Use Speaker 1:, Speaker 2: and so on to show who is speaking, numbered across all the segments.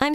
Speaker 1: I'm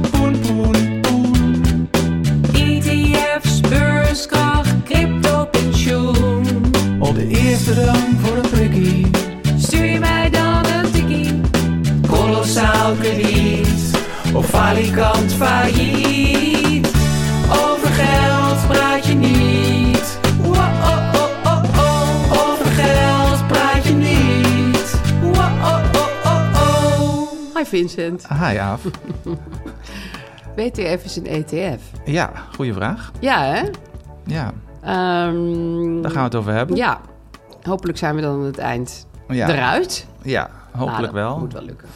Speaker 2: poen, poen, poen. ETF's, beurskracht, crypto, pensioen. Op de eerste rang voor een prikkie. Stuur je mij dan een tikkie. Kolossaal krediet. Of falikant failliet. Over geld praat je niet. Wa-oh-oh-oh-oh. Over geld praat je niet. Wa-oh-oh-oh-oh.
Speaker 3: Hi Vincent,
Speaker 4: Hi Aaf.
Speaker 3: WTF is een ETF.
Speaker 4: Ja, goede vraag.
Speaker 3: E Ja, hè?
Speaker 4: Ja,
Speaker 3: Ehm,
Speaker 4: daar gaan we het over hebben.
Speaker 3: ja, hopelijk zijn we dan aan het eind
Speaker 4: Ja.
Speaker 3: eruit.
Speaker 4: Ja,
Speaker 3: Maar
Speaker 4: hopelijk
Speaker 3: dat
Speaker 4: wel.
Speaker 3: Moet wel lukken.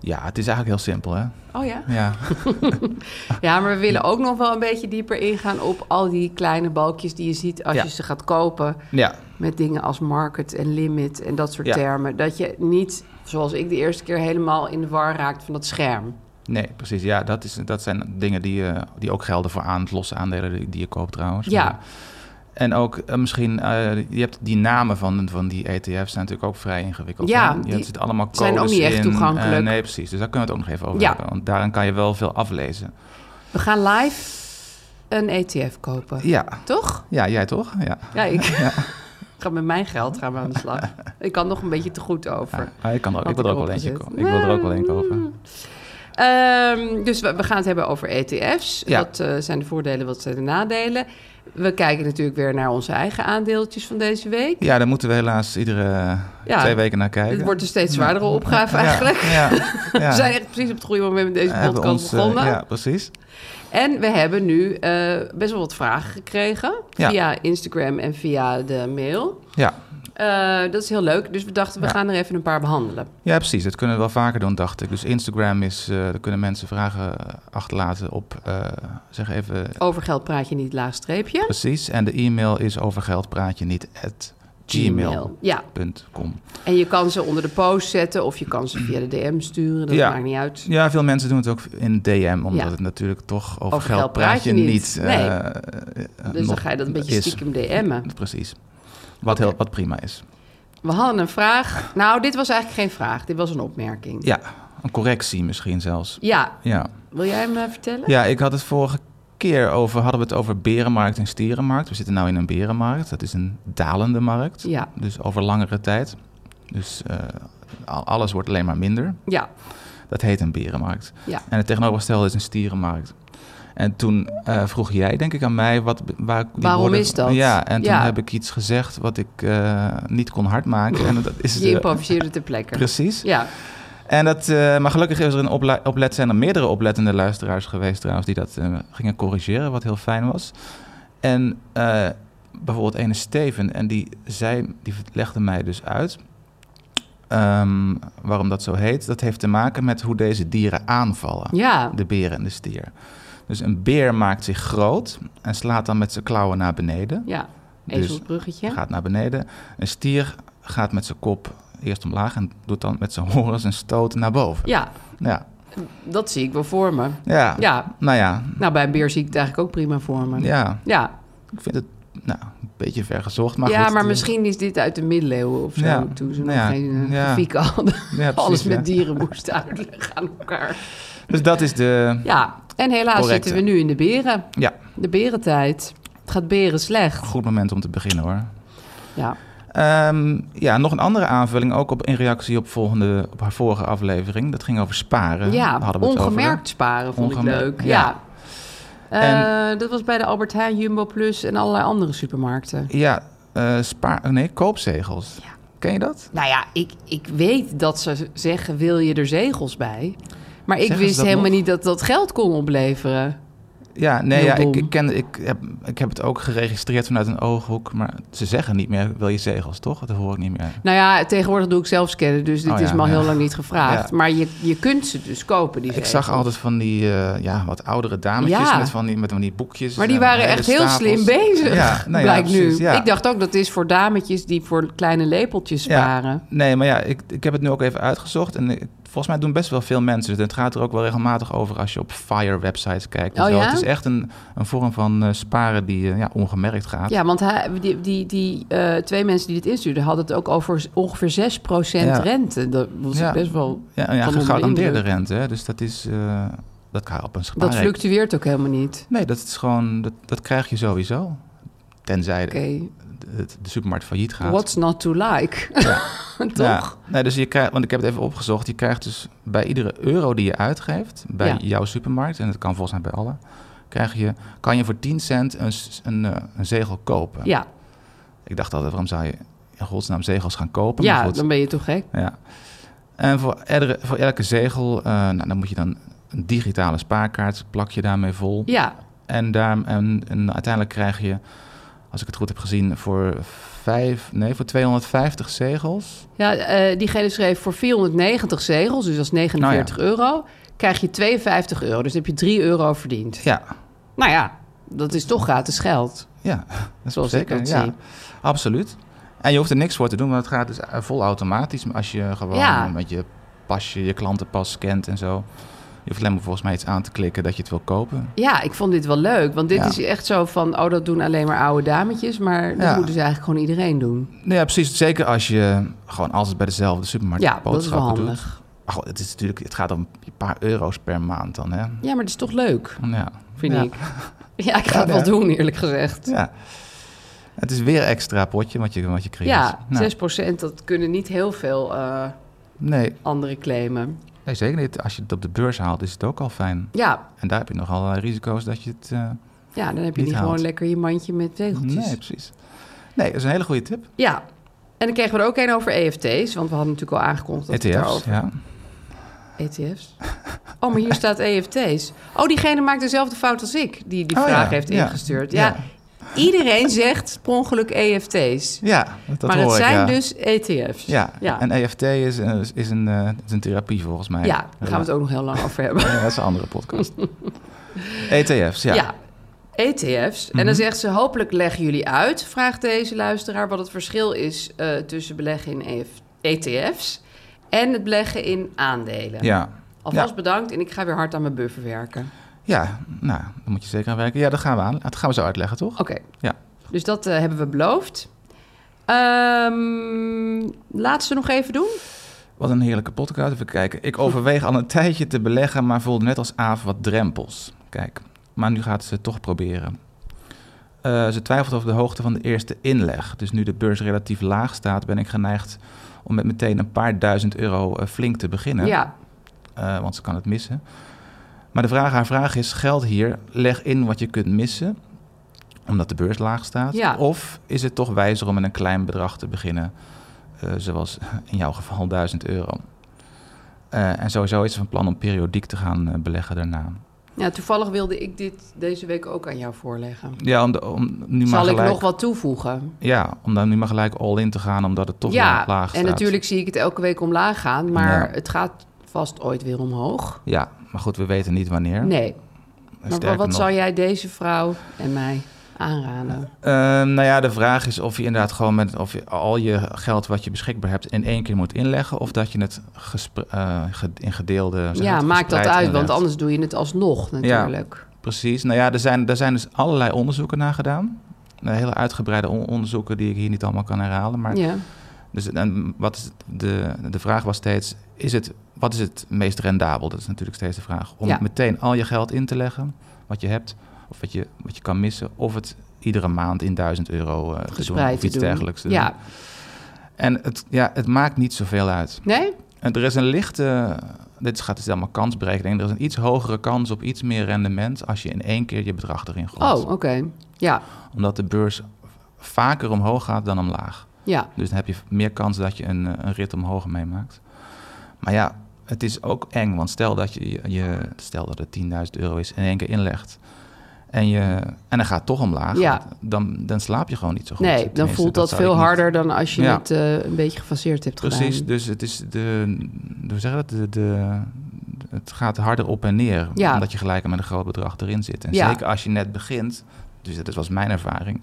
Speaker 4: Ja, het is eigenlijk heel simpel, hè?
Speaker 3: Oh ja?
Speaker 4: Ja,
Speaker 3: Ja, maar we willen ook nog wel een beetje dieper ingaan op al die kleine balkjes die je ziet als
Speaker 4: Ja.
Speaker 3: je ze gaat kopen.
Speaker 4: ja.
Speaker 3: Met dingen als market en limit en dat soort
Speaker 4: Ja.
Speaker 3: termen. Dat je niet, zoals ik de eerste keer, helemaal in de war raakt van dat scherm.
Speaker 4: nee, precies. Ja, dat, is, dat zijn dingen die, eh, die ook gelden voor aan, losse aandelen die, die je koopt trouwens.
Speaker 3: Ja,
Speaker 4: Maar- En ook eh, misschien, eh, je hebt die namen van, van die ETF's zijn natuurlijk ook vrij ingewikkeld.
Speaker 3: Ja,
Speaker 4: hè? Je-
Speaker 3: die
Speaker 4: er zitten allemaal codes
Speaker 3: zijn ook niet echt
Speaker 4: in,
Speaker 3: toegankelijk.
Speaker 4: eh, nee, precies. Dus daar kunnen we het ook nog even over
Speaker 3: Ja.
Speaker 4: hebben. Want daarin kan je wel veel aflezen.
Speaker 3: we gaan live een ETF kopen.
Speaker 4: Ja,
Speaker 3: Toch?
Speaker 4: ja jij toch? Ja.
Speaker 3: Ja, ik ga met mijn geld gaan we aan de slag. Ik kan nog een beetje te goed over.
Speaker 4: Ah, ik, kan er, ook- ik
Speaker 3: Had
Speaker 4: wil er
Speaker 3: ik
Speaker 4: ook wel eentje
Speaker 3: opgezet.
Speaker 4: kopen. Ik wil er ook wel een kopen.
Speaker 3: Ehm, dus we, we gaan het hebben over ETF's.
Speaker 4: Ja.
Speaker 3: Wat eh, zijn de voordelen, wat zijn de nadelen? We kijken natuurlijk weer naar onze eigen aandeeltjes van deze week.
Speaker 4: Ja, daar moeten we helaas iedere eh,
Speaker 3: Ja,
Speaker 4: twee weken naar kijken.
Speaker 3: Het wordt een steeds zwaardere opgave
Speaker 4: Ja,
Speaker 3: eigenlijk.
Speaker 4: Ja, ja.
Speaker 3: We zijn echt precies op het goede moment met deze
Speaker 4: Hebben
Speaker 3: podcast
Speaker 4: ons, eh,
Speaker 3: begonnen.
Speaker 4: ja, precies.
Speaker 3: En we hebben nu eh, best wel wat vragen gekregen.
Speaker 4: Ja.
Speaker 3: Via Instagram en via de mail.
Speaker 4: Ja.
Speaker 3: Eh, dat is heel leuk. Dus we dachten, we
Speaker 4: Ja.
Speaker 3: gaan er even een paar behandelen.
Speaker 4: ja, precies. Dat kunnen we wel vaker doen, dacht ik. Dus Instagram is, eh, daar kunnen mensen vragen eh, achterlaten op, eh, zeg even
Speaker 3: Over geld praat je niet, laag streepje.
Speaker 4: precies. En de e-mail is overgeldpraatje niet at gmail.com.
Speaker 3: Ja, en je kan ze onder de post zetten of je kan ze via de DM sturen. Dat
Speaker 4: Ja.
Speaker 3: maakt niet uit.
Speaker 4: Ja, veel mensen doen het ook in DM, omdat
Speaker 3: Ja.
Speaker 4: het natuurlijk toch over, geld, praat je niet.
Speaker 3: Nee.
Speaker 4: eh, eh,
Speaker 3: Dus dan
Speaker 4: nog
Speaker 3: ga je dat een beetje
Speaker 4: is.
Speaker 3: stiekem DM'en.
Speaker 4: Precies. Wat, heel, wat prima is.
Speaker 3: We hadden een vraag. Nou, dit was eigenlijk geen vraag. Dit was een opmerking.
Speaker 4: Ja, een correctie misschien zelfs.
Speaker 3: Ja,
Speaker 4: Ja.
Speaker 3: wil jij hem eh, vertellen?
Speaker 4: ja, ik had het vorige keer over, hadden we het over berenmarkt en stierenmarkt. We zitten nu in een berenmarkt, dat is een dalende markt.
Speaker 3: Ja.
Speaker 4: Dus over langere tijd. Dus eh, al- alles wordt alleen maar minder.
Speaker 3: Ja.
Speaker 4: Dat heet een berenmarkt.
Speaker 3: Ja.
Speaker 4: En het tegenovergestelde is een stierenmarkt. En toen eh, vroeg jij, denk ik, aan mij... Wat, waar ik die
Speaker 3: Waarom
Speaker 4: woorden-
Speaker 3: is dat?
Speaker 4: Ja, en toen
Speaker 3: Ja.
Speaker 4: heb ik iets gezegd wat ik eh, niet kon hardmaken. En dat is
Speaker 3: Je
Speaker 4: de-
Speaker 3: improviseerde ter plekke.
Speaker 4: Precies.
Speaker 3: Ja,
Speaker 4: En dat, eh, maar gelukkig is er een opla- oplet, zijn er meerdere oplettende luisteraars geweest trouwens... die dat eh, gingen corrigeren, wat heel fijn was. En eh, bijvoorbeeld ene Steven, en die, zei, die legde mij dus uit... ehm, waarom dat zo heet. Dat heeft te maken met hoe deze dieren aanvallen.
Speaker 3: ja.
Speaker 4: De beer en de stier. Dus een beer maakt zich groot en slaat dan met zijn klauwen naar beneden.
Speaker 3: ja.
Speaker 4: Dus-
Speaker 3: Ezelsbruggetje.
Speaker 4: Gaat naar beneden. Een stier gaat met zijn kop eerst omlaag en doet dan met zijn horens een stoot naar boven. Nou
Speaker 3: Ja,
Speaker 4: Ja.
Speaker 3: dat zie ik wel voor me.
Speaker 4: Ja.
Speaker 3: Ja,
Speaker 4: Nou ja.
Speaker 3: nou bij een beer zie ik het eigenlijk ook prima voor me.
Speaker 4: ja,
Speaker 3: ja.
Speaker 4: ik vind het nou, een beetje ver gezocht. Maar
Speaker 3: ja,
Speaker 4: goed, eh,
Speaker 3: maar
Speaker 4: die-
Speaker 3: misschien is dit uit de middeleeuwen of zo.
Speaker 4: Ja,
Speaker 3: Toen ze
Speaker 4: nou
Speaker 3: nog
Speaker 4: ja,
Speaker 3: geen eh,
Speaker 4: ja.
Speaker 3: grafieken hadden.
Speaker 4: Ja, precies,
Speaker 3: Alles
Speaker 4: ja.
Speaker 3: met dieren moest uitleggen aan elkaar.
Speaker 4: Dus dat is de...
Speaker 3: Ja, en helaas
Speaker 4: Correcte.
Speaker 3: zitten we nu in de beren.
Speaker 4: Ja,
Speaker 3: De berentijd. Het gaat beren slecht.
Speaker 4: goed moment om te beginnen hoor.
Speaker 3: Ja,
Speaker 4: Ehm, ja, nog een andere aanvulling, ook op, in reactie op, volgende, op haar vorige aflevering. Dat ging over sparen.
Speaker 3: Ja,
Speaker 4: hadden we het over.
Speaker 3: ongemerkt sparen vond
Speaker 4: Ongemerkt,
Speaker 3: ik leuk. Ja.
Speaker 4: ja. En-
Speaker 3: Eh, dat was bij de Albert Heijn, Jumbo Plus en allerlei andere supermarkten.
Speaker 4: Ja, eh, spaar, nee, koopzegels. Ken je dat?
Speaker 3: Nou ja, ik, ik weet dat ze zeggen, wil je er zegels bij? Maar ik
Speaker 4: Zeggen ze
Speaker 3: wist
Speaker 4: dat
Speaker 3: helemaal
Speaker 4: nog?
Speaker 3: niet dat dat geld kon opleveren.
Speaker 4: Ja, nee,
Speaker 3: Heel
Speaker 4: ja, ik,
Speaker 3: dom.
Speaker 4: ik, ken, ik, heb, ik heb het ook geregistreerd vanuit een ooghoek. Maar ze zeggen niet meer, wil je zegels, toch? Dat hoor ik niet meer.
Speaker 3: Nou ja, tegenwoordig doe ik zelf scannen, dus dit
Speaker 4: Oh
Speaker 3: is
Speaker 4: ja,
Speaker 3: me al
Speaker 4: ja.
Speaker 3: heel lang niet gevraagd.
Speaker 4: Ja.
Speaker 3: Maar je, je kunt ze dus kopen, die
Speaker 4: Ik
Speaker 3: zegels.
Speaker 4: zag altijd van die eh, ja, wat oudere dametjes
Speaker 3: Ja.
Speaker 4: met, van die, met van die boekjes.
Speaker 3: Maar die
Speaker 4: en
Speaker 3: waren
Speaker 4: eh, hele
Speaker 3: echt heel
Speaker 4: stapels.
Speaker 3: slim bezig,
Speaker 4: Ja, nou ja,
Speaker 3: blijkt nu.
Speaker 4: precies, ja.
Speaker 3: Ik dacht ook, dat is voor dametjes die voor kleine lepeltjes
Speaker 4: Ja.
Speaker 3: sparen.
Speaker 4: Nee, maar ja, ik, ik heb het nu ook even uitgezocht. En ik- volgens mij doen best wel veel mensen het. En het gaat er ook wel regelmatig over als je op FIRE-websites kijkt. en
Speaker 3: Oh
Speaker 4: zo.
Speaker 3: ja?
Speaker 4: Het is echt een, een vorm van eh, sparen die eh, ja, ongemerkt gaat.
Speaker 3: Ja, want hij, die, die, die eh, twee mensen die dit instuurden... hadden het ook over ongeveer 6%
Speaker 4: Ja.
Speaker 3: rente. Dat was
Speaker 4: Ja.
Speaker 3: best wel...
Speaker 4: Ja, en ja
Speaker 3: Van onder de
Speaker 4: gegarandeerde
Speaker 3: indruk.
Speaker 4: rente. hè. Dus dat is... eh, dat kan op een
Speaker 3: Dat
Speaker 4: spaarrekening.
Speaker 3: fluctueert ook helemaal niet.
Speaker 4: Nee, dat is gewoon... Dat, dat krijg je sowieso. Tenzij
Speaker 3: Oké,
Speaker 4: de, de supermarkt failliet gaat.
Speaker 3: what's not to like? Toch?
Speaker 4: Ja. Nee, dus je krijgt, want ik heb het even opgezocht. Je krijgt dus bij iedere euro die je uitgeeft bij
Speaker 3: Ja.
Speaker 4: jouw supermarkt, en dat kan volgens mij bij alle, krijg je, kan je voor 10 cent een, s- een, eh, een zegel kopen.
Speaker 3: Ja,
Speaker 4: Ik dacht altijd, waarom zou je in godsnaam zegels gaan kopen?
Speaker 3: ja
Speaker 4: Maar goed,
Speaker 3: dan ben je toch gek.
Speaker 4: ja. En voor, eldere- voor elke zegel, eh, nou, dan moet je dan een digitale spaarkaart, plak je daarmee vol.
Speaker 3: Ja,
Speaker 4: En, daar, en, en uiteindelijk krijg je, als ik het goed heb gezien, voor, vijf, nee, voor 250 zegels...
Speaker 3: ja eh, diegene schreef voor 490 zegels, dus dat is 49
Speaker 4: Nou
Speaker 3: euro... krijg je 52 euro, dus heb je 3 euro verdiend.
Speaker 4: Ja,
Speaker 3: Nou ja, dat is toch gratis geld.
Speaker 4: Ja, dat is
Speaker 3: Zoals ik
Speaker 4: zeker.
Speaker 3: dat
Speaker 4: ja,
Speaker 3: zie.
Speaker 4: Absoluut. En je hoeft er niks voor te doen, want het gaat dus eh, vol automatisch. Als je gewoon
Speaker 3: Ja.
Speaker 4: met je pasje, je klantenpas scant en zo. Je hoeft alleen maar volgens mij iets aan te klikken dat je het wil kopen.
Speaker 3: Ja, ik vond dit wel leuk. Want dit
Speaker 4: Ja.
Speaker 3: is echt zo van, oh, dat doen alleen maar oude dametjes. Maar dat
Speaker 4: Ja.
Speaker 3: moet dus eigenlijk gewoon iedereen doen.
Speaker 4: Nee, Nou ja, precies. Zeker als je gewoon altijd bij dezelfde supermarkt
Speaker 3: Ja, dat is wel
Speaker 4: boodschappen
Speaker 3: handig.
Speaker 4: doet. Maar goed, het, is natuurlijk, het gaat om een paar euro's per maand dan, hè?
Speaker 3: Ja, maar het is toch leuk,
Speaker 4: Ja.
Speaker 3: vind
Speaker 4: Ja.
Speaker 3: ik. Ja, ik ga het
Speaker 4: Ja,
Speaker 3: wel
Speaker 4: ja.
Speaker 3: doen, eerlijk gezegd.
Speaker 4: Ja. Het is weer extra potje wat je, wat je creëert.
Speaker 3: Ja,
Speaker 4: Nou,
Speaker 3: 6% dat kunnen niet heel veel eh
Speaker 4: nee,
Speaker 3: anderen claimen.
Speaker 4: nee, zeker niet. Als je het op de beurs haalt, is het ook al fijn.
Speaker 3: Ja,
Speaker 4: En daar heb je nog allerlei risico's dat je het... eh,
Speaker 3: ja dan heb je
Speaker 4: Niet
Speaker 3: niet, gewoon
Speaker 4: haalt.
Speaker 3: lekker je mandje met tegeltjes.
Speaker 4: Nee, precies. Nee, dat is een hele goede tip.
Speaker 3: Ja, en dan kregen we er ook een over EFT's. Want we hadden natuurlijk al aangekondigd dat we het
Speaker 4: ETF's,
Speaker 3: daarover...
Speaker 4: E ja.
Speaker 3: ETF's? Oh, maar hier staat EFT's. Oh, diegene maakt dezelfde fout als ik, die die
Speaker 4: Oh,
Speaker 3: vraag
Speaker 4: ja,
Speaker 3: heeft
Speaker 4: ja,
Speaker 3: ingestuurd. Ja,
Speaker 4: ja.
Speaker 3: iedereen zegt per ongeluk EFT's.
Speaker 4: Ja, dat
Speaker 3: maar
Speaker 4: hoor
Speaker 3: het
Speaker 4: ik,
Speaker 3: zijn
Speaker 4: ja.
Speaker 3: dus ETF's.
Speaker 4: Ja,
Speaker 3: ja.
Speaker 4: en EFT is, eh, is, is een, eh, is een therapie volgens mij.
Speaker 3: Ja, daar gaan we het ook nog heel lang over hebben.
Speaker 4: Ja, dat is een andere podcast. ETF's, ja. Mhm.
Speaker 3: Ja. ETF's. En dan zegt ze, hopelijk leggen jullie uit, vraagt deze luisteraar, wat het verschil is eh, tussen beleggen in EF ETF's en het beleggen in aandelen.
Speaker 4: Ja.
Speaker 3: Alvast bedankt en ik ga weer hard aan mijn buffer werken.
Speaker 4: Ja, nou, daar moet je zeker aan werken. Ja, dat gaan we aan. Dat gaan we zo uitleggen, toch?
Speaker 3: Oké.
Speaker 4: Ja.
Speaker 3: Dus dat eh, hebben we beloofd. Ehm laten ze nog even doen.
Speaker 4: Wat een heerlijke podcast. Even kijken. Ik overweeg al een tijdje te beleggen, maar voelde net als Aaf wat drempels. Kijk, maar nu gaat ze het toch proberen. Eh, ze twijfelt over de hoogte van de eerste inleg. Dus nu de beurs relatief laag staat, ben ik geneigd om met meteen een paar duizend euro eh, flink te beginnen.
Speaker 3: Ja.
Speaker 4: Eh, want ze kan het missen. Maar de vraag, haar vraag is, geldt hier, leg in wat je kunt missen, omdat de beurs laag staat?
Speaker 3: Ja.
Speaker 4: Of is het toch wijzer om met een klein bedrag te beginnen, eh, zoals in jouw geval 1000 euro? Eh, en sowieso is ze van plan om periodiek te gaan eh, beleggen daarna.
Speaker 3: ja, toevallig wilde ik dit deze week ook aan jou voorleggen.
Speaker 4: Ja, om, de- om nu maar
Speaker 3: Zal ik
Speaker 4: gelijk...
Speaker 3: nog wat toevoegen?
Speaker 4: Ja, om dan nu maar gelijk all in te gaan, omdat het toch
Speaker 3: ja,
Speaker 4: wel laag staat.
Speaker 3: en natuurlijk zie ik het elke week omlaag gaan, maar
Speaker 4: Ja.
Speaker 3: het gaat vast ooit weer omhoog.
Speaker 4: Ja, maar goed, we weten niet wanneer.
Speaker 3: Nee, maar
Speaker 4: Sterker
Speaker 3: wat
Speaker 4: nog,
Speaker 3: zou jij deze vrouw en mij aanraden?
Speaker 4: Ehm, nou ja, de vraag is of je inderdaad gewoon met of je al je geld wat je beschikbaar hebt in één keer moet inleggen. Of dat je het gespre- eh, ge- in gedeelde. zeg
Speaker 3: ja,
Speaker 4: het,
Speaker 3: maak dat
Speaker 4: gespreid
Speaker 3: uit,
Speaker 4: inlegt.
Speaker 3: want anders doe je het alsnog natuurlijk.
Speaker 4: Precies. Nou ja, er zijn, er zijn dus allerlei onderzoeken naar gedaan. Eh, Hele uitgebreide on- onderzoeken die ik hier niet allemaal kan herhalen. Maar
Speaker 3: Ja.
Speaker 4: dus, en wat is de, de vraag was steeds: is het, wat is het meest rendabel? Dat is natuurlijk steeds de vraag. Om
Speaker 3: Ja.
Speaker 4: meteen al je geld in te leggen, wat je hebt, of wat je, wat je kan missen, of het iedere maand in 1000 euro eh, te doen,
Speaker 3: Gespreid
Speaker 4: of
Speaker 3: te
Speaker 4: iets
Speaker 3: doen.
Speaker 4: dergelijks. dus- te doen.
Speaker 3: Ja,
Speaker 4: En het, ja, het maakt niet zoveel uit.
Speaker 3: Nee?
Speaker 4: En er is een lichte, dit gaat dus allemaal kansberekening, er is een iets hogere kans op iets meer rendement als je in één keer je bedrag erin gooit.
Speaker 3: Oh, oké. Ja,
Speaker 4: Omdat de beurs vaker omhoog gaat dan omlaag.
Speaker 3: ja.
Speaker 4: Dus dan heb je meer kans dat je een, eh, een rit omhoog meemaakt. Maar ja, het is ook eng, want stel dat, je, je, stel dat het 10.000 euro is en in één keer inlegt. En, je, en dan gaat het toch omlaag.
Speaker 3: Ja.
Speaker 4: Dan, dan slaap je gewoon niet zo goed.
Speaker 3: Nee, dan
Speaker 4: Tenminste,
Speaker 3: voelt dat,
Speaker 4: zou ik
Speaker 3: veel
Speaker 4: niet-
Speaker 3: harder dan als je
Speaker 4: Ja.
Speaker 3: het eh, een beetje gefaseerd hebt
Speaker 4: Precies,
Speaker 3: gedaan.
Speaker 4: dus het is de, hoe zeg je dat? De, de, het gaat harder op en neer,
Speaker 3: Ja.
Speaker 4: omdat je gelijk met een groot bedrag erin zit. En
Speaker 3: Ja.
Speaker 4: zeker als je net begint, dus dat was mijn ervaring.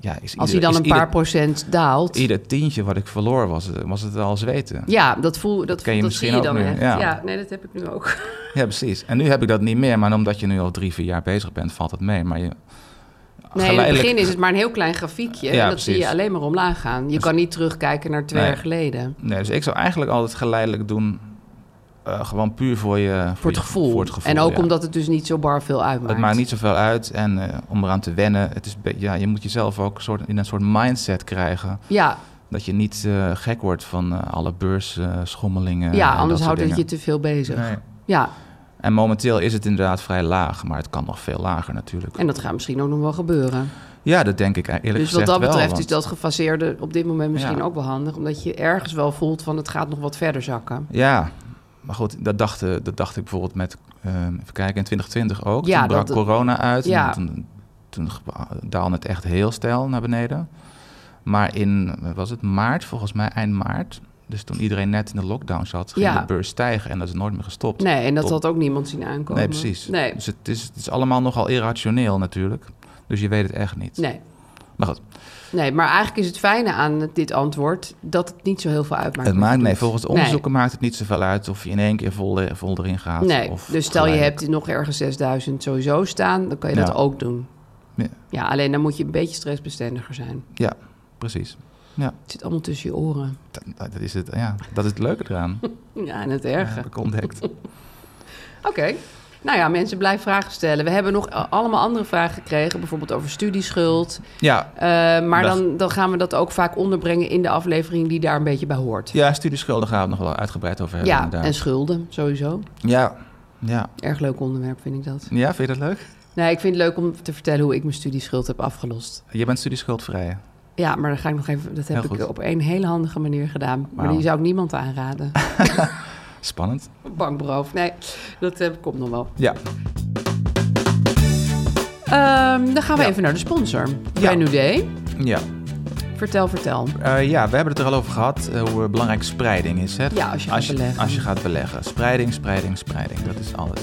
Speaker 4: Ja, is
Speaker 3: Als
Speaker 4: ieder,
Speaker 3: hij dan
Speaker 4: is
Speaker 3: een paar
Speaker 4: ieder,
Speaker 3: procent daalt.
Speaker 4: ieder tientje wat ik verloor was, eh, was het al zweten.
Speaker 3: Ja, dat voel dat,
Speaker 4: ken je
Speaker 3: dat
Speaker 4: misschien
Speaker 3: zie je
Speaker 4: ook
Speaker 3: dan
Speaker 4: nu,
Speaker 3: echt.
Speaker 4: ja.
Speaker 3: nee, dat heb ik nu ook.
Speaker 4: Ja, precies. En nu heb ik dat niet meer, maar omdat je nu al drie, vier jaar bezig bent, valt het mee. Maar je,
Speaker 3: Nee, in het begin is het maar een heel klein grafiekje. en
Speaker 4: Ja,
Speaker 3: dat zie je
Speaker 4: precies. Dus-
Speaker 3: alleen maar omlaag gaan. Je kan niet terugkijken naar twee
Speaker 4: Nee.
Speaker 3: jaar geleden.
Speaker 4: Nee, dus ik zou eigenlijk altijd geleidelijk doen, eh, gewoon puur voor je...
Speaker 3: Voor het,
Speaker 4: je-
Speaker 3: gevoel.
Speaker 4: voor het gevoel,
Speaker 3: En ook
Speaker 4: ja.
Speaker 3: omdat het dus niet zo bar veel uitmaakt.
Speaker 4: Het maakt niet zoveel uit en eh, om eraan te wennen, het is een beetje- ja, je moet jezelf ook een soort, in een soort mindset krijgen.
Speaker 3: Ja,
Speaker 4: Dat je niet eh, gek wordt van eh, alle beursschommelingen.
Speaker 3: ja anders houdt het je te veel bezig. Ja,
Speaker 4: En momenteel is het inderdaad vrij laag, maar het kan nog veel lager natuurlijk.
Speaker 3: en dat gaat misschien ook nog wel gebeuren.
Speaker 4: Ja, dat denk ik e- eerlijk
Speaker 3: dus wat
Speaker 4: gezegd
Speaker 3: dat betreft
Speaker 4: wel,
Speaker 3: is
Speaker 4: want-
Speaker 3: dat gefaseerde op dit moment misschien
Speaker 4: Ja.
Speaker 3: ook wel handig. Omdat je ergens wel voelt van het gaat nog wat verder zakken.
Speaker 4: Ja, maar goed, dat dacht, eh, dat dacht ik bijvoorbeeld met... ehm, even kijken, in 2020 ook.
Speaker 3: Ja,
Speaker 4: toen brak
Speaker 3: dat-
Speaker 4: corona uit.
Speaker 3: Ja.
Speaker 4: En toen toen geba- daalde het echt heel steil naar beneden. Maar in, wat was het maart, volgens mij eind maart... Dus toen iedereen net in de lockdown zat, ging
Speaker 3: Ja.
Speaker 4: de beurs stijgen. En dat is nooit meer gestopt.
Speaker 3: Nee, en dat
Speaker 4: Tot-
Speaker 3: had ook niemand zien aankomen.
Speaker 4: Nee, precies.
Speaker 3: Nee,
Speaker 4: Dus het is, het is allemaal nogal irrationeel natuurlijk. Dus je weet het echt niet.
Speaker 3: nee.
Speaker 4: Maar goed,
Speaker 3: Nee, maar eigenlijk is het fijne aan dit antwoord dat het niet zo heel veel uitmaakt.
Speaker 4: het
Speaker 3: wat je
Speaker 4: maakt, nee,
Speaker 3: doet.
Speaker 4: volgens de onderzoeken maakt het niet zoveel uit... of je in één keer vol, eh, vol erin gaat.
Speaker 3: Nee, nee.
Speaker 4: of
Speaker 3: dus stel je
Speaker 4: gelijk.
Speaker 3: hebt nog ergens 6000 sowieso staan, dan kan je
Speaker 4: Ja.
Speaker 3: dat ook doen.
Speaker 4: Ja.
Speaker 3: Ja, alleen dan moet je een beetje stressbestendiger zijn.
Speaker 4: Ja, precies. Ja.
Speaker 3: Het zit allemaal tussen je oren.
Speaker 4: Dat, dat is het, ja. Dat is het leuke eraan.
Speaker 3: Ja, en het
Speaker 4: Ja,
Speaker 3: erge.
Speaker 4: heb ik ontdekt.
Speaker 3: Oké. Nou ja, mensen, blijf vragen stellen. We hebben nog eh, allemaal andere vragen gekregen, bijvoorbeeld over studieschuld.
Speaker 4: Ja,
Speaker 3: Eh, maar
Speaker 4: Dag.
Speaker 3: dan, dan gaan we dat ook vaak onderbrengen in de aflevering die daar een beetje bij hoort.
Speaker 4: ja studieschulden gaan we het nog wel uitgebreid over hebben.
Speaker 3: Ja,
Speaker 4: inderdaad.
Speaker 3: en schulden sowieso.
Speaker 4: ja, ja.
Speaker 3: Erg leuk onderwerp vind ik dat.
Speaker 4: ja, vind je dat leuk?
Speaker 3: Nee, ik vind het leuk om te vertellen hoe ik mijn studieschuld heb afgelost.
Speaker 4: Je bent studieschuldvrij. hè?
Speaker 3: Ja, maar dan ga ik nog even. Dat heb
Speaker 4: Heel
Speaker 3: ik
Speaker 4: goed.
Speaker 3: op een hele handige manier gedaan. Maar
Speaker 4: Wauw.
Speaker 3: die zou ik niemand aanraden.
Speaker 4: Spannend.
Speaker 3: Bankberoof. Nee, dat eh, komt nog wel.
Speaker 4: Ja,
Speaker 3: Ehm, dan gaan we
Speaker 4: Ja.
Speaker 3: even naar de sponsor.
Speaker 4: Ja.
Speaker 3: Brand New Day.
Speaker 4: ja.
Speaker 3: Vertel, vertel.
Speaker 4: Eh, ja, we hebben het er al over gehad eh, hoe belangrijk spreiding is. Hè?
Speaker 3: Ja, als je gaat beleggen.
Speaker 4: Als je gaat beleggen. Spreiding, spreiding, spreiding. Dat is alles.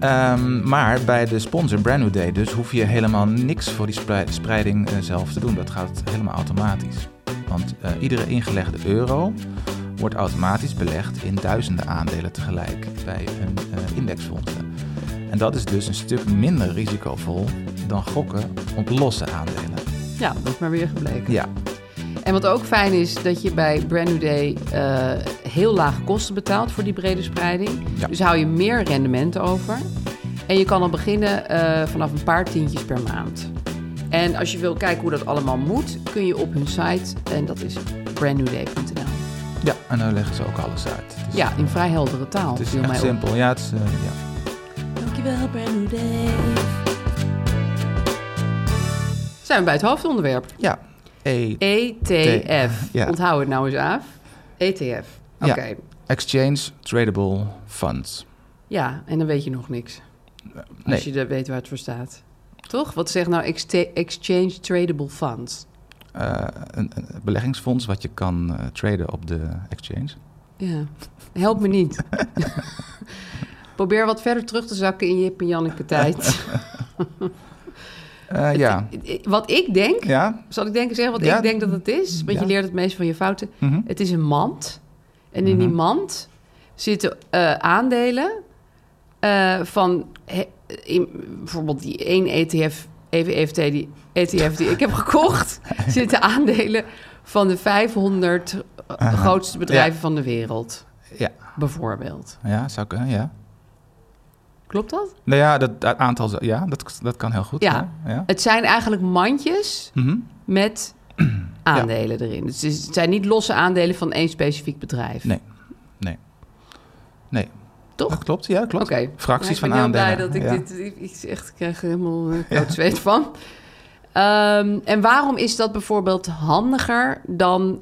Speaker 4: Ehm, maar bij de sponsor Brand New Day dus hoef je helemaal niks voor die sprei- spreiding eh, zelf te doen. Dat gaat helemaal automatisch. Want eh, iedere ingelegde euro wordt automatisch belegd in duizenden aandelen tegelijk bij hun eh, indexfondsen. En dat is dus een stuk minder risicovol dan gokken op losse aandelen.
Speaker 3: Ja, dat is maar weer gebleken.
Speaker 4: Ja,
Speaker 3: En wat ook fijn is, dat je bij Brand New Day eh, heel lage kosten betaalt voor die brede spreiding.
Speaker 4: Ja.
Speaker 3: Dus hou je meer rendement over. En je kan al beginnen eh, vanaf een paar tientjes per maand. En als je wil kijken hoe dat allemaal moet, kun je op hun site. En dat is brandnewday.nl.
Speaker 4: ja en dan leggen ze ook alles uit. Het is-
Speaker 3: Ja, in vrij heldere taal.
Speaker 4: Het is
Speaker 3: viel
Speaker 4: echt
Speaker 3: mij op.
Speaker 4: simpel. Ja, het is, eh, ja.
Speaker 2: Dankjewel, Brand New Day.
Speaker 3: Zijn we bij het hoofdonderwerp.
Speaker 4: ja. E-
Speaker 3: ETF.
Speaker 4: Ja.
Speaker 3: Onthoud het nou eens af. ETF. Oké.
Speaker 4: Ja. Exchange Tradable Funds.
Speaker 3: Ja, en dan weet je nog niks.
Speaker 4: nee.
Speaker 3: Als je er weet waar het voor staat. Toch? Wat zegt nou exte- Exchange Tradable Funds?
Speaker 4: Eh, een, een beleggingsfonds wat je kan eh, traden op de exchange.
Speaker 3: Ja, help me niet. Probeer wat verder terug te zakken in je Janneke tijd.
Speaker 4: Eh, ja.
Speaker 3: Wat ik denk,
Speaker 4: Ja?
Speaker 3: zal ik denken zeggen wat
Speaker 4: Ja.
Speaker 3: ik denk dat het is? Want
Speaker 4: Ja.
Speaker 3: je leert het meest van je fouten.
Speaker 4: Mhm.
Speaker 3: Het is een mand. En in die mand zitten eh, aandelen eh, van he- in- bijvoorbeeld die één ETF, even EFT, die ETF die ik heb gekocht, zitten aandelen van de 500 grootste bedrijven
Speaker 4: Ja.
Speaker 3: van de wereld,
Speaker 4: Ja.
Speaker 3: bijvoorbeeld.
Speaker 4: Ja, zou kunnen, ja.
Speaker 3: Klopt dat?
Speaker 4: Nou ja, dat, dat aantal... Ja, dat, dat kan heel goed.
Speaker 3: Ja.
Speaker 4: Ja. ja.
Speaker 3: Het zijn eigenlijk mandjes
Speaker 4: Mhm.
Speaker 3: met aandelen erin. Dus het zijn niet losse aandelen van één specifiek bedrijf.
Speaker 4: Nee. Nee. Nee.
Speaker 3: Toch?
Speaker 4: Dat klopt, ja, klopt.
Speaker 3: Oké.
Speaker 4: Fracties
Speaker 3: Ja,
Speaker 4: van aandelen.
Speaker 3: Ik ben heel blij
Speaker 4: ja.
Speaker 3: dat ik dit... Ik, ik- echt, ik krijg er helemaal eh, koud zweet van. Ehm, en waarom is dat bijvoorbeeld handiger dan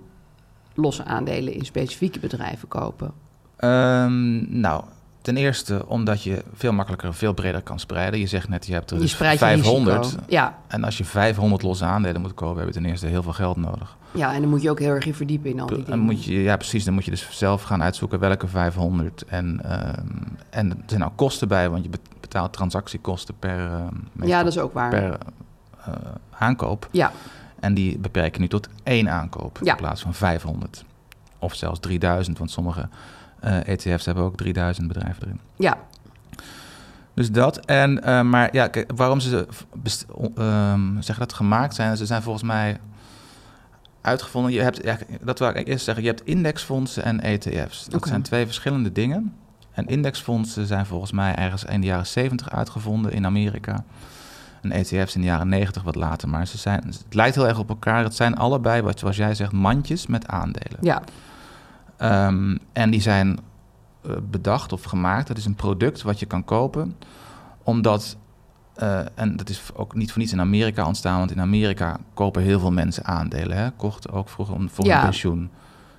Speaker 3: losse aandelen in specifieke bedrijven kopen?
Speaker 4: Ehm, nou, ten eerste omdat je veel makkelijker en veel breder kan spreiden. Je zegt net, je hebt er
Speaker 3: Je
Speaker 4: dus
Speaker 3: spreidt je
Speaker 4: 500.
Speaker 3: risico. Ja.
Speaker 4: En als je 500 losse aandelen moet kopen, heb je ten eerste heel veel geld nodig.
Speaker 3: ja, en dan moet je ook heel erg in verdiepen in al die dingen.
Speaker 4: Dan moet je, ja, precies. Dan moet je dus zelf gaan uitzoeken welke 500. En, ehm, en er zijn ook kosten bij, want je bet- betaalt transactiekosten per, ehm, meestal
Speaker 3: ja, dat is ook waar.
Speaker 4: per eh, aankoop.
Speaker 3: Ja,
Speaker 4: En die beperken nu tot één aankoop
Speaker 3: Ja.
Speaker 4: in plaats van 500. Of zelfs 3000, want sommige eh, ETF's hebben ook 3000 bedrijven erin.
Speaker 3: ja,
Speaker 4: Dus dat. En, eh, maar ja, kijk, waarom ze best- o- ehm, zeg dat gemaakt zijn, ze zijn volgens mij uitgevonden. Je hebt, ja, dat wil ik eerst zeggen, je hebt indexfondsen en ETF's. Dat
Speaker 3: Oké.
Speaker 4: zijn twee verschillende dingen. En indexfondsen zijn volgens mij ergens in de jaren 70 uitgevonden in Amerika. En ETF's in de jaren 90 wat later. Maar ze zijn, het lijkt heel erg op elkaar. Het zijn allebei, wat, zoals jij zegt, mandjes met aandelen.
Speaker 3: ja.
Speaker 4: Ehm, en die zijn eh, bedacht of gemaakt. Dat is een product wat je kan kopen. Omdat, eh, en dat is ook niet voor niets in Amerika ontstaan, want in Amerika kopen heel veel mensen aandelen. Hè? Kochten ook vroeger om, voor
Speaker 3: Ja.
Speaker 4: hun pensioen.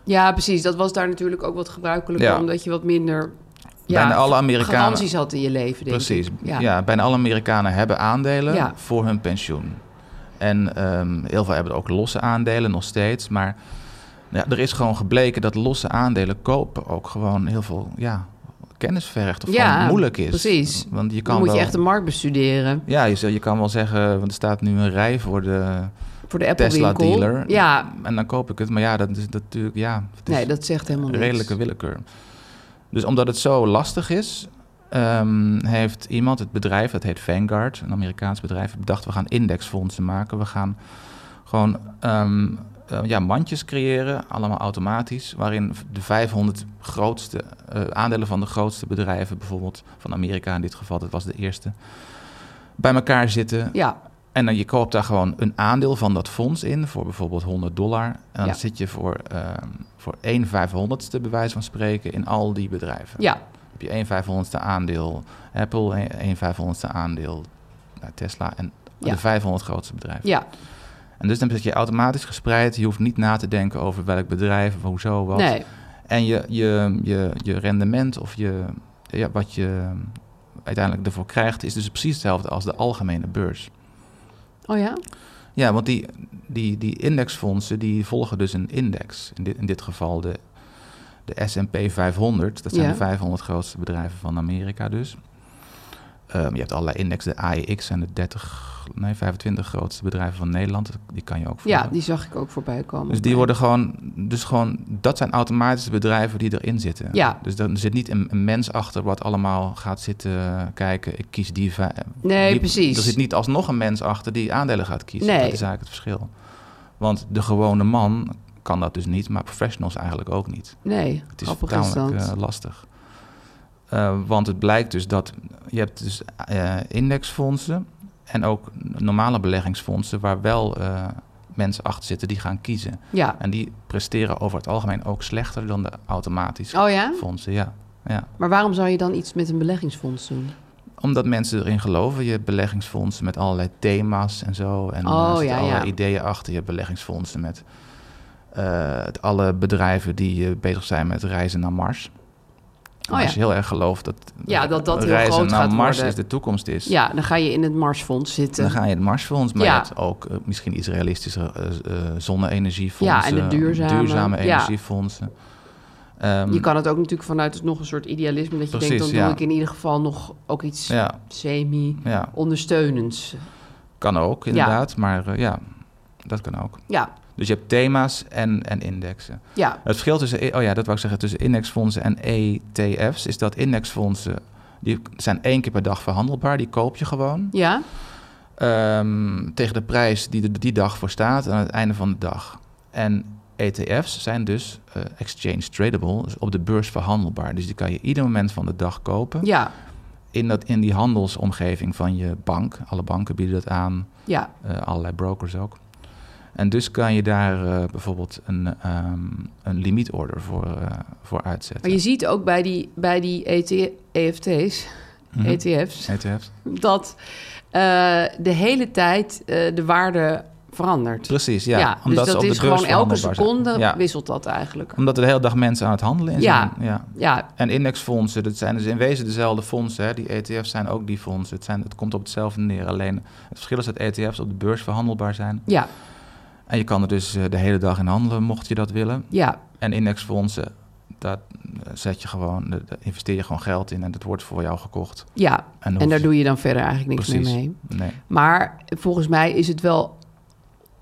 Speaker 3: Ja, precies. Dat was daar natuurlijk ook wat gebruikelijker,
Speaker 4: Ja.
Speaker 3: omdat je wat minder ja,
Speaker 4: Bijna alle Amerikanen-
Speaker 3: garanties had in je leven, denk
Speaker 4: Precies.
Speaker 3: ik.
Speaker 4: Ja. bijna alle Amerikanen hebben aandelen
Speaker 3: Ja.
Speaker 4: voor hun pensioen. En ehm, heel veel hebben ook losse aandelen nog steeds. Maar ja, er is gewoon gebleken dat losse aandelen kopen ook gewoon heel veel ja, kennis vergt. Of
Speaker 3: Ja,
Speaker 4: gewoon moeilijk is.
Speaker 3: precies.
Speaker 4: Want je kan
Speaker 3: Dan moet je
Speaker 4: wel-
Speaker 3: echt de markt bestuderen
Speaker 4: Ja, je, zou- je kan wel zeggen, want er staat nu een rij voor de
Speaker 3: voor de Apple
Speaker 4: Tesla
Speaker 3: winkel.
Speaker 4: dealer.
Speaker 3: Ja,
Speaker 4: En dan koop ik het. Maar ja, dat is dat natuurlijk, ja, het is
Speaker 3: nee, dat zegt helemaal niks.
Speaker 4: redelijke willekeur. Dus omdat het zo lastig is, ehm, heeft iemand, het bedrijf, dat heet Vanguard, een Amerikaans bedrijf, bedacht: we gaan indexfondsen maken. We gaan gewoon ehm, eh, ja, mandjes creëren, allemaal automatisch, waarin de 500 grootste eh, aandelen van de grootste bedrijven, bijvoorbeeld van Amerika in dit geval, dat was de eerste, bij elkaar zitten.
Speaker 3: Ja,
Speaker 4: En dan je koopt daar gewoon een aandeel van dat fonds in voor bijvoorbeeld 100 dollar. En dan
Speaker 3: Ja.
Speaker 4: zit je voor, ehm voor 1 500ste bij wijze van spreken in al die bedrijven.
Speaker 3: ja,
Speaker 4: Dan heb je 1 500ste aandeel Apple, 1 500ste aandeel nou, Tesla en
Speaker 3: Ja.
Speaker 4: de 500 grootste bedrijven.
Speaker 3: ja.
Speaker 4: En dus dan zit je automatisch gespreid. Je hoeft niet na te denken over welk bedrijf, of hoezo, wat.
Speaker 3: Nee,
Speaker 4: En je, je, je, je rendement of je, ja, wat je uiteindelijk ervoor krijgt is dus precies hetzelfde als de algemene beurs.
Speaker 3: oh ja,
Speaker 4: Ja, want die, die, die indexfondsen die volgen dus een index. In dit, in dit geval de, de S&P 500. Dat zijn
Speaker 3: Ja.
Speaker 4: de 500 grootste bedrijven van Amerika dus. Ehm, je hebt allerlei indexen, de AEX en de 30, nee, 25 grootste bedrijven van Nederland. Die kan je ook volgen.
Speaker 3: ja, die zag ik ook voorbij komen.
Speaker 4: Dus die worden gewoon, dus gewoon, dat zijn automatische bedrijven die erin zitten.
Speaker 3: Ja.
Speaker 4: Dus dan zit niet een, een mens achter wat allemaal gaat zitten eh, kijken. Ik kies die. vij-
Speaker 3: Nee,
Speaker 4: die-
Speaker 3: precies.
Speaker 4: Er zit niet alsnog een mens achter die aandelen gaat kiezen.
Speaker 3: Nee.
Speaker 4: Dat is eigenlijk het verschil. Want de gewone man kan dat dus niet, maar professionals eigenlijk ook niet.
Speaker 3: Nee,
Speaker 4: Het is
Speaker 3: grappig is
Speaker 4: tamelijk
Speaker 3: dat.
Speaker 4: eh, lastig. Eh, want het blijkt dus dat je hebt dus eh, indexfondsen en ook normale beleggingsfondsen waar wel eh, mensen achter zitten die gaan kiezen.
Speaker 3: ja,
Speaker 4: En die presteren over het algemeen ook slechter dan de automatische
Speaker 3: oh ja?
Speaker 4: fondsen. Ja. Ja.
Speaker 3: Maar waarom zou je dan iets met een beleggingsfonds doen?
Speaker 4: Omdat mensen erin geloven. Je hebt beleggingsfondsen met allerlei thema's en zo. En
Speaker 3: Oh,
Speaker 4: er zitten
Speaker 3: ja,
Speaker 4: allerlei
Speaker 3: ja.
Speaker 4: ideeën achter. Je hebt beleggingsfondsen met eh, het- alle bedrijven die eh, bezig zijn met reizen naar Mars. En
Speaker 3: Oh,
Speaker 4: als
Speaker 3: ja.
Speaker 4: je heel erg gelooft dat,
Speaker 3: Ja, dat dat heel
Speaker 4: reizen
Speaker 3: groot
Speaker 4: naar
Speaker 3: gaat
Speaker 4: Mars
Speaker 3: worden.
Speaker 4: is de toekomst is.
Speaker 3: Ja, dan ga je in het Marsfonds zitten.
Speaker 4: Dan ga je het Marsfonds, maar
Speaker 3: Ja.
Speaker 4: je hebt ook eh, misschien iets realistischer eh, eh, zonne-energiefondsen.
Speaker 3: Ja, en de duurzame.
Speaker 4: duurzame
Speaker 3: Ja.
Speaker 4: energiefondsen. Ehm,
Speaker 3: Je kan het ook natuurlijk vanuit het nog een soort idealisme... dat je
Speaker 4: Precies,
Speaker 3: denkt, dan
Speaker 4: ja.
Speaker 3: doe ik in ieder geval nog ook iets
Speaker 4: ja, ja.
Speaker 3: semi-ondersteunends.
Speaker 4: Kan ook, inderdaad. Maar eh, ja, dat kan ook.
Speaker 3: Ja,
Speaker 4: Dus je hebt thema's en, en indexen.
Speaker 3: ja,
Speaker 4: Het verschil tussen, oh ja, dat wou ik zeggen, tussen indexfondsen en ETF's is dat indexfondsen, die zijn één keer per dag verhandelbaar, die koop je gewoon.
Speaker 3: ja,
Speaker 4: Ehm, tegen de prijs die er die dag voor staat aan het einde van de dag. En ETF's zijn dus eh, exchange tradable, dus op de beurs verhandelbaar. Dus die kan je ieder moment van de dag kopen
Speaker 3: ja,
Speaker 4: in, dat, in die handelsomgeving van je bank. Alle banken bieden dat aan.
Speaker 3: ja.
Speaker 4: Eh, allerlei brokers ook. En dus kan je daar eh, bijvoorbeeld een, ehm, een limietorder voor, eh, voor uitzetten.
Speaker 3: Maar je ziet ook bij die, bij die E ET, EFT's,
Speaker 4: Mhm.
Speaker 3: E ETF's,
Speaker 4: ETF's.
Speaker 3: dat eh, de hele tijd eh, de waarde verandert.
Speaker 4: Precies, ja.
Speaker 3: dus
Speaker 4: omdat ze
Speaker 3: dat
Speaker 4: op de
Speaker 3: is
Speaker 4: beurs
Speaker 3: gewoon elke
Speaker 4: verhandelbaar zijn.
Speaker 3: seconde
Speaker 4: Ja,
Speaker 3: wisselt dat eigenlijk.
Speaker 4: Omdat er de hele dag mensen aan het handelen in
Speaker 3: Ja.
Speaker 4: zijn. Ja.
Speaker 3: Ja,
Speaker 4: En indexfondsen, dat zijn dus in wezen dezelfde fondsen. Hè. Die ETF's zijn ook die fondsen. Het, zijn, het komt op hetzelfde neer. Alleen het verschil is dat ETF's op de beurs verhandelbaar zijn.
Speaker 3: ja,
Speaker 4: En je kan er dus eh, de hele dag in handelen, mocht je dat willen.
Speaker 3: ja.
Speaker 4: En indexfondsen, daar eh, zet je gewoon, eh, daar investeer je gewoon geld in en dat wordt voor jou gekocht.
Speaker 3: ja.
Speaker 4: En,
Speaker 3: En daar doe je dan verder eigenlijk niks
Speaker 4: Precies.
Speaker 3: meer mee.
Speaker 4: Nee.
Speaker 3: Maar volgens mij is het wel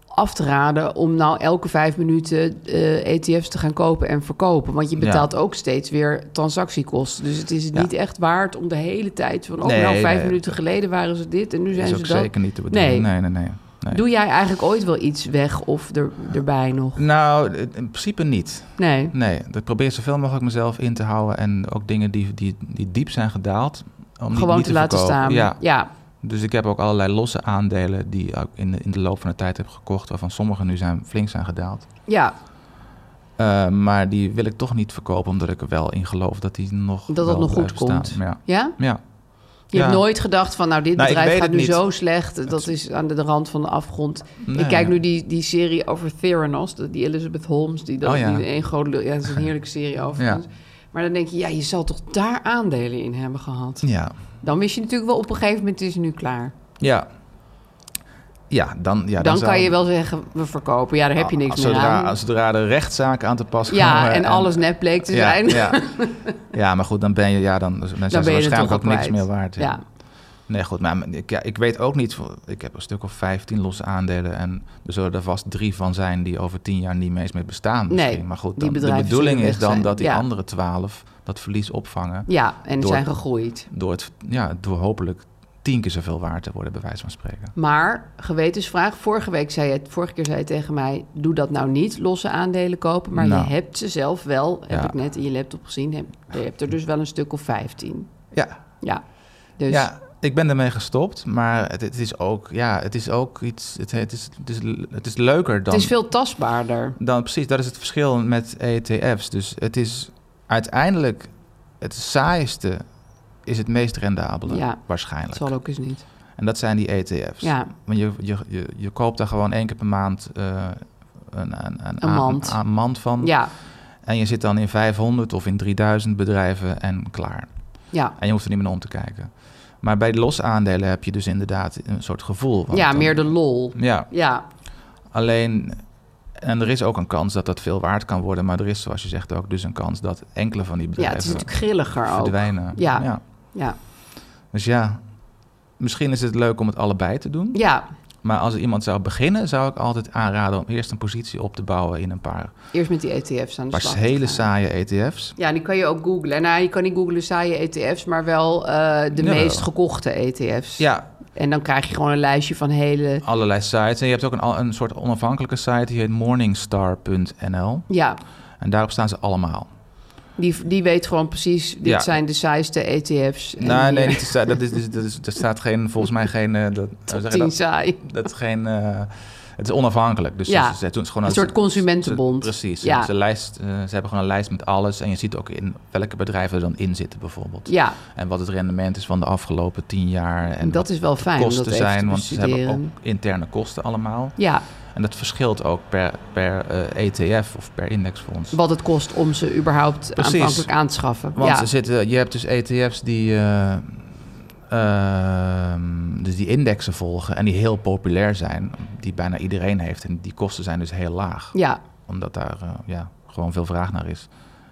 Speaker 3: af te raden om nou elke vijf minuten eh, ETF's te gaan kopen en verkopen. Want je
Speaker 4: Ja.
Speaker 3: betaalt ook steeds weer transactiekosten. Dus het is het
Speaker 4: Ja.
Speaker 3: niet echt waard om de hele tijd van... oh,
Speaker 4: Nee,
Speaker 3: nou, vijf
Speaker 4: nee.
Speaker 3: minuten geleden waren ze dit en nu zijn
Speaker 4: is
Speaker 3: ze
Speaker 4: ook
Speaker 3: dat.
Speaker 4: zeker niet te bedoelen.
Speaker 3: Nee.
Speaker 4: nee, nee. nee, nee.
Speaker 3: Doe jij eigenlijk ooit wel iets weg of er, erbij nog?
Speaker 4: Nou, eh, in principe niet.
Speaker 3: Nee.
Speaker 4: Nee, ik probeer zoveel mogelijk mezelf in te houden en ook dingen die, die, die diep zijn gedaald. Om die
Speaker 3: Gewoon
Speaker 4: niet
Speaker 3: te laten
Speaker 4: verkopen.
Speaker 3: staan.
Speaker 4: Ja.
Speaker 3: ja.
Speaker 4: Dus ik heb ook allerlei losse aandelen die ik in de, in de loop van de tijd heb gekocht, waarvan sommige nu zijn, flink zijn gedaald.
Speaker 3: Ja,
Speaker 4: Eh, maar die wil ik toch niet verkopen, omdat ik er wel in geloof dat die nog.
Speaker 3: dat dat
Speaker 4: wel
Speaker 3: nog goed
Speaker 4: blijven staan.
Speaker 3: komt.
Speaker 4: Ja.
Speaker 3: Ja?
Speaker 4: ja.
Speaker 3: Je hebt
Speaker 4: Ja.
Speaker 3: nooit gedacht van, nou, dit
Speaker 4: Nou, ik
Speaker 3: bedrijf
Speaker 4: weet
Speaker 3: gaat
Speaker 4: het
Speaker 3: nu
Speaker 4: niet.
Speaker 3: zo slecht. Dat is aan de de rand van de afgrond.
Speaker 4: Nee.
Speaker 3: ik kijk nu die, die serie over Theranos, de- die Elizabeth Holmes, die dat
Speaker 4: Oh ja.
Speaker 3: die een grote... lul- Ja, dat is een heerlijke serie over. Maar dan denk je, ja, je zal toch daar aandelen in hebben gehad?
Speaker 4: Ja.
Speaker 3: Dan wist je natuurlijk wel op een gegeven moment, het is nu klaar.
Speaker 4: Ja. Ja, dan, ja,
Speaker 3: dan
Speaker 4: zou- Ah,
Speaker 3: kan je wel zeggen, we verkopen. Ja, daar heb je niks meer
Speaker 4: zodra,
Speaker 3: aan.
Speaker 4: Zodra de rechtszaak aan te pas
Speaker 3: Ja,
Speaker 4: komen
Speaker 3: en alles net bleek te zijn.
Speaker 4: Ja, ja. ja, maar goed, dan ben je, ja, dan, dan zijn
Speaker 3: Dan
Speaker 4: ze
Speaker 3: ben je er toch
Speaker 4: waarschijnlijk
Speaker 3: al
Speaker 4: ook niks
Speaker 3: kwijt.
Speaker 4: meer waard. ja.
Speaker 3: Ja.
Speaker 4: Nee, goed, maar ik, ja, ik weet ook niet. voor- Ik heb een stuk of 15 losse aandelen. En er zullen er vast drie van zijn die over tien jaar niet meer eens meer bestaan.
Speaker 3: Nee,
Speaker 4: Misschien. maar goed,
Speaker 3: die
Speaker 4: dan, de
Speaker 3: bedrijven
Speaker 4: bedoeling
Speaker 3: zullen
Speaker 4: is
Speaker 3: weg
Speaker 4: dan
Speaker 3: zijn,
Speaker 4: dat die
Speaker 3: ja.
Speaker 4: andere 12 dat verlies opvangen.
Speaker 3: ja, en
Speaker 4: Door-
Speaker 3: zijn gegroeid.
Speaker 4: Door, het, ja, door hopelijk tien keer zoveel waard te worden, bij wijze van spreken.
Speaker 3: Maar gewetensvraag. Vorige week zei je, vorige keer zei je tegen mij: doe dat nou niet, losse aandelen kopen. Maar
Speaker 4: Nou.
Speaker 3: je hebt ze zelf wel, heb
Speaker 4: Ja.
Speaker 3: ik net in je laptop gezien. Heb, je hebt er dus wel een stuk of 15.
Speaker 4: Ja,
Speaker 3: Ja. Dus
Speaker 4: ja ik ben ermee gestopt. Maar het, het is ook, ja, het is ook iets. Het, het, is, het, is, het is leuker dan.
Speaker 3: het is veel tastbaarder.
Speaker 4: Dan precies, dat is het verschil met ETF's. Dus het is uiteindelijk het saaiste is het meest rendabele
Speaker 3: Ja,
Speaker 4: waarschijnlijk.
Speaker 3: Het zal ook eens niet.
Speaker 4: En dat zijn die ETF's.
Speaker 3: Ja,
Speaker 4: Want je, je, je, je koopt daar gewoon één keer per maand eh, een, een, een,
Speaker 3: Een mand.
Speaker 4: een mand van.
Speaker 3: ja,
Speaker 4: En je zit dan in 500 of in 3000 bedrijven en klaar.
Speaker 3: ja.
Speaker 4: En je hoeft er niet meer om te kijken. Maar bij de losse aandelen heb je dus inderdaad een soort gevoel. want
Speaker 3: ja
Speaker 4: dan-
Speaker 3: meer de lol.
Speaker 4: Ja,
Speaker 3: Ja,
Speaker 4: Alleen, en er is ook een kans dat dat veel waard kan worden, maar er is, zoals je zegt, ook dus een kans dat enkele van die
Speaker 3: ja het
Speaker 4: bedrijven
Speaker 3: is natuurlijk grilliger ook.
Speaker 4: verdwijnen.
Speaker 3: Ja. Ja,
Speaker 4: Dus ja, misschien is het leuk om het allebei te doen.
Speaker 3: ja.
Speaker 4: Maar als er iemand zou beginnen, zou ik altijd aanraden om eerst een positie op te bouwen in een paar,
Speaker 3: eerst met die ETF's aan de
Speaker 4: paar
Speaker 3: slag. te
Speaker 4: hele
Speaker 3: gaan.
Speaker 4: saaie E ETF's.
Speaker 3: Ja, die kan je ook googlen. Nou, je kan niet googlen saaie ETF's, maar wel eh, de
Speaker 4: Jawel.
Speaker 3: meest gekochte ETF's.
Speaker 4: Ja,
Speaker 3: En dan krijg je gewoon een lijstje van hele.
Speaker 4: allerlei sites. En je hebt ook een, al- een soort onafhankelijke site, die heet morningstar.nl.
Speaker 3: Ja,
Speaker 4: En daarop staan ze allemaal.
Speaker 3: die, die weet gewoon precies. Dit
Speaker 4: Ja.
Speaker 3: zijn de saaiste ETF's. En
Speaker 4: nee, nee,
Speaker 3: hier-
Speaker 4: niet, te saai. dat is, dus, dat is, dat is, er staat geen, volgens mij geen... eh, dat, hoe zeg je
Speaker 3: tien
Speaker 4: dat?
Speaker 3: saai.
Speaker 4: Dat is geen. eh, het is onafhankelijk. Dus
Speaker 3: Ja,
Speaker 4: ze- ze doen het gewoon
Speaker 3: een soort consumentenbond.
Speaker 4: Ze- precies.
Speaker 3: Ja.
Speaker 4: Ze, ze lijst, eh, ze hebben gewoon een lijst met alles. En je ziet ook in welke bedrijven er dan in zitten, bijvoorbeeld.
Speaker 3: Ja,
Speaker 4: En wat het rendement is van de afgelopen tien jaar. En
Speaker 3: en dat
Speaker 4: wat
Speaker 3: is wel
Speaker 4: de
Speaker 3: fijn om dat
Speaker 4: kosten
Speaker 3: even
Speaker 4: zijn.
Speaker 3: te
Speaker 4: want ze hebben
Speaker 3: bestuderen.
Speaker 4: ook interne kosten allemaal.
Speaker 3: Ja,
Speaker 4: En dat verschilt ook per, per eh, ETF of per indexfonds.
Speaker 3: wat het kost om ze überhaupt
Speaker 4: Precies.
Speaker 3: aanvankelijk aan te schaffen.
Speaker 4: Want
Speaker 3: ja.
Speaker 4: er zitten, je hebt dus ETF's die, eh, ehm, dus die indexen volgen en die heel populair zijn, die bijna iedereen heeft. En die kosten zijn dus heel laag,
Speaker 3: ja,
Speaker 4: omdat daar eh, ja, gewoon veel vraag naar is.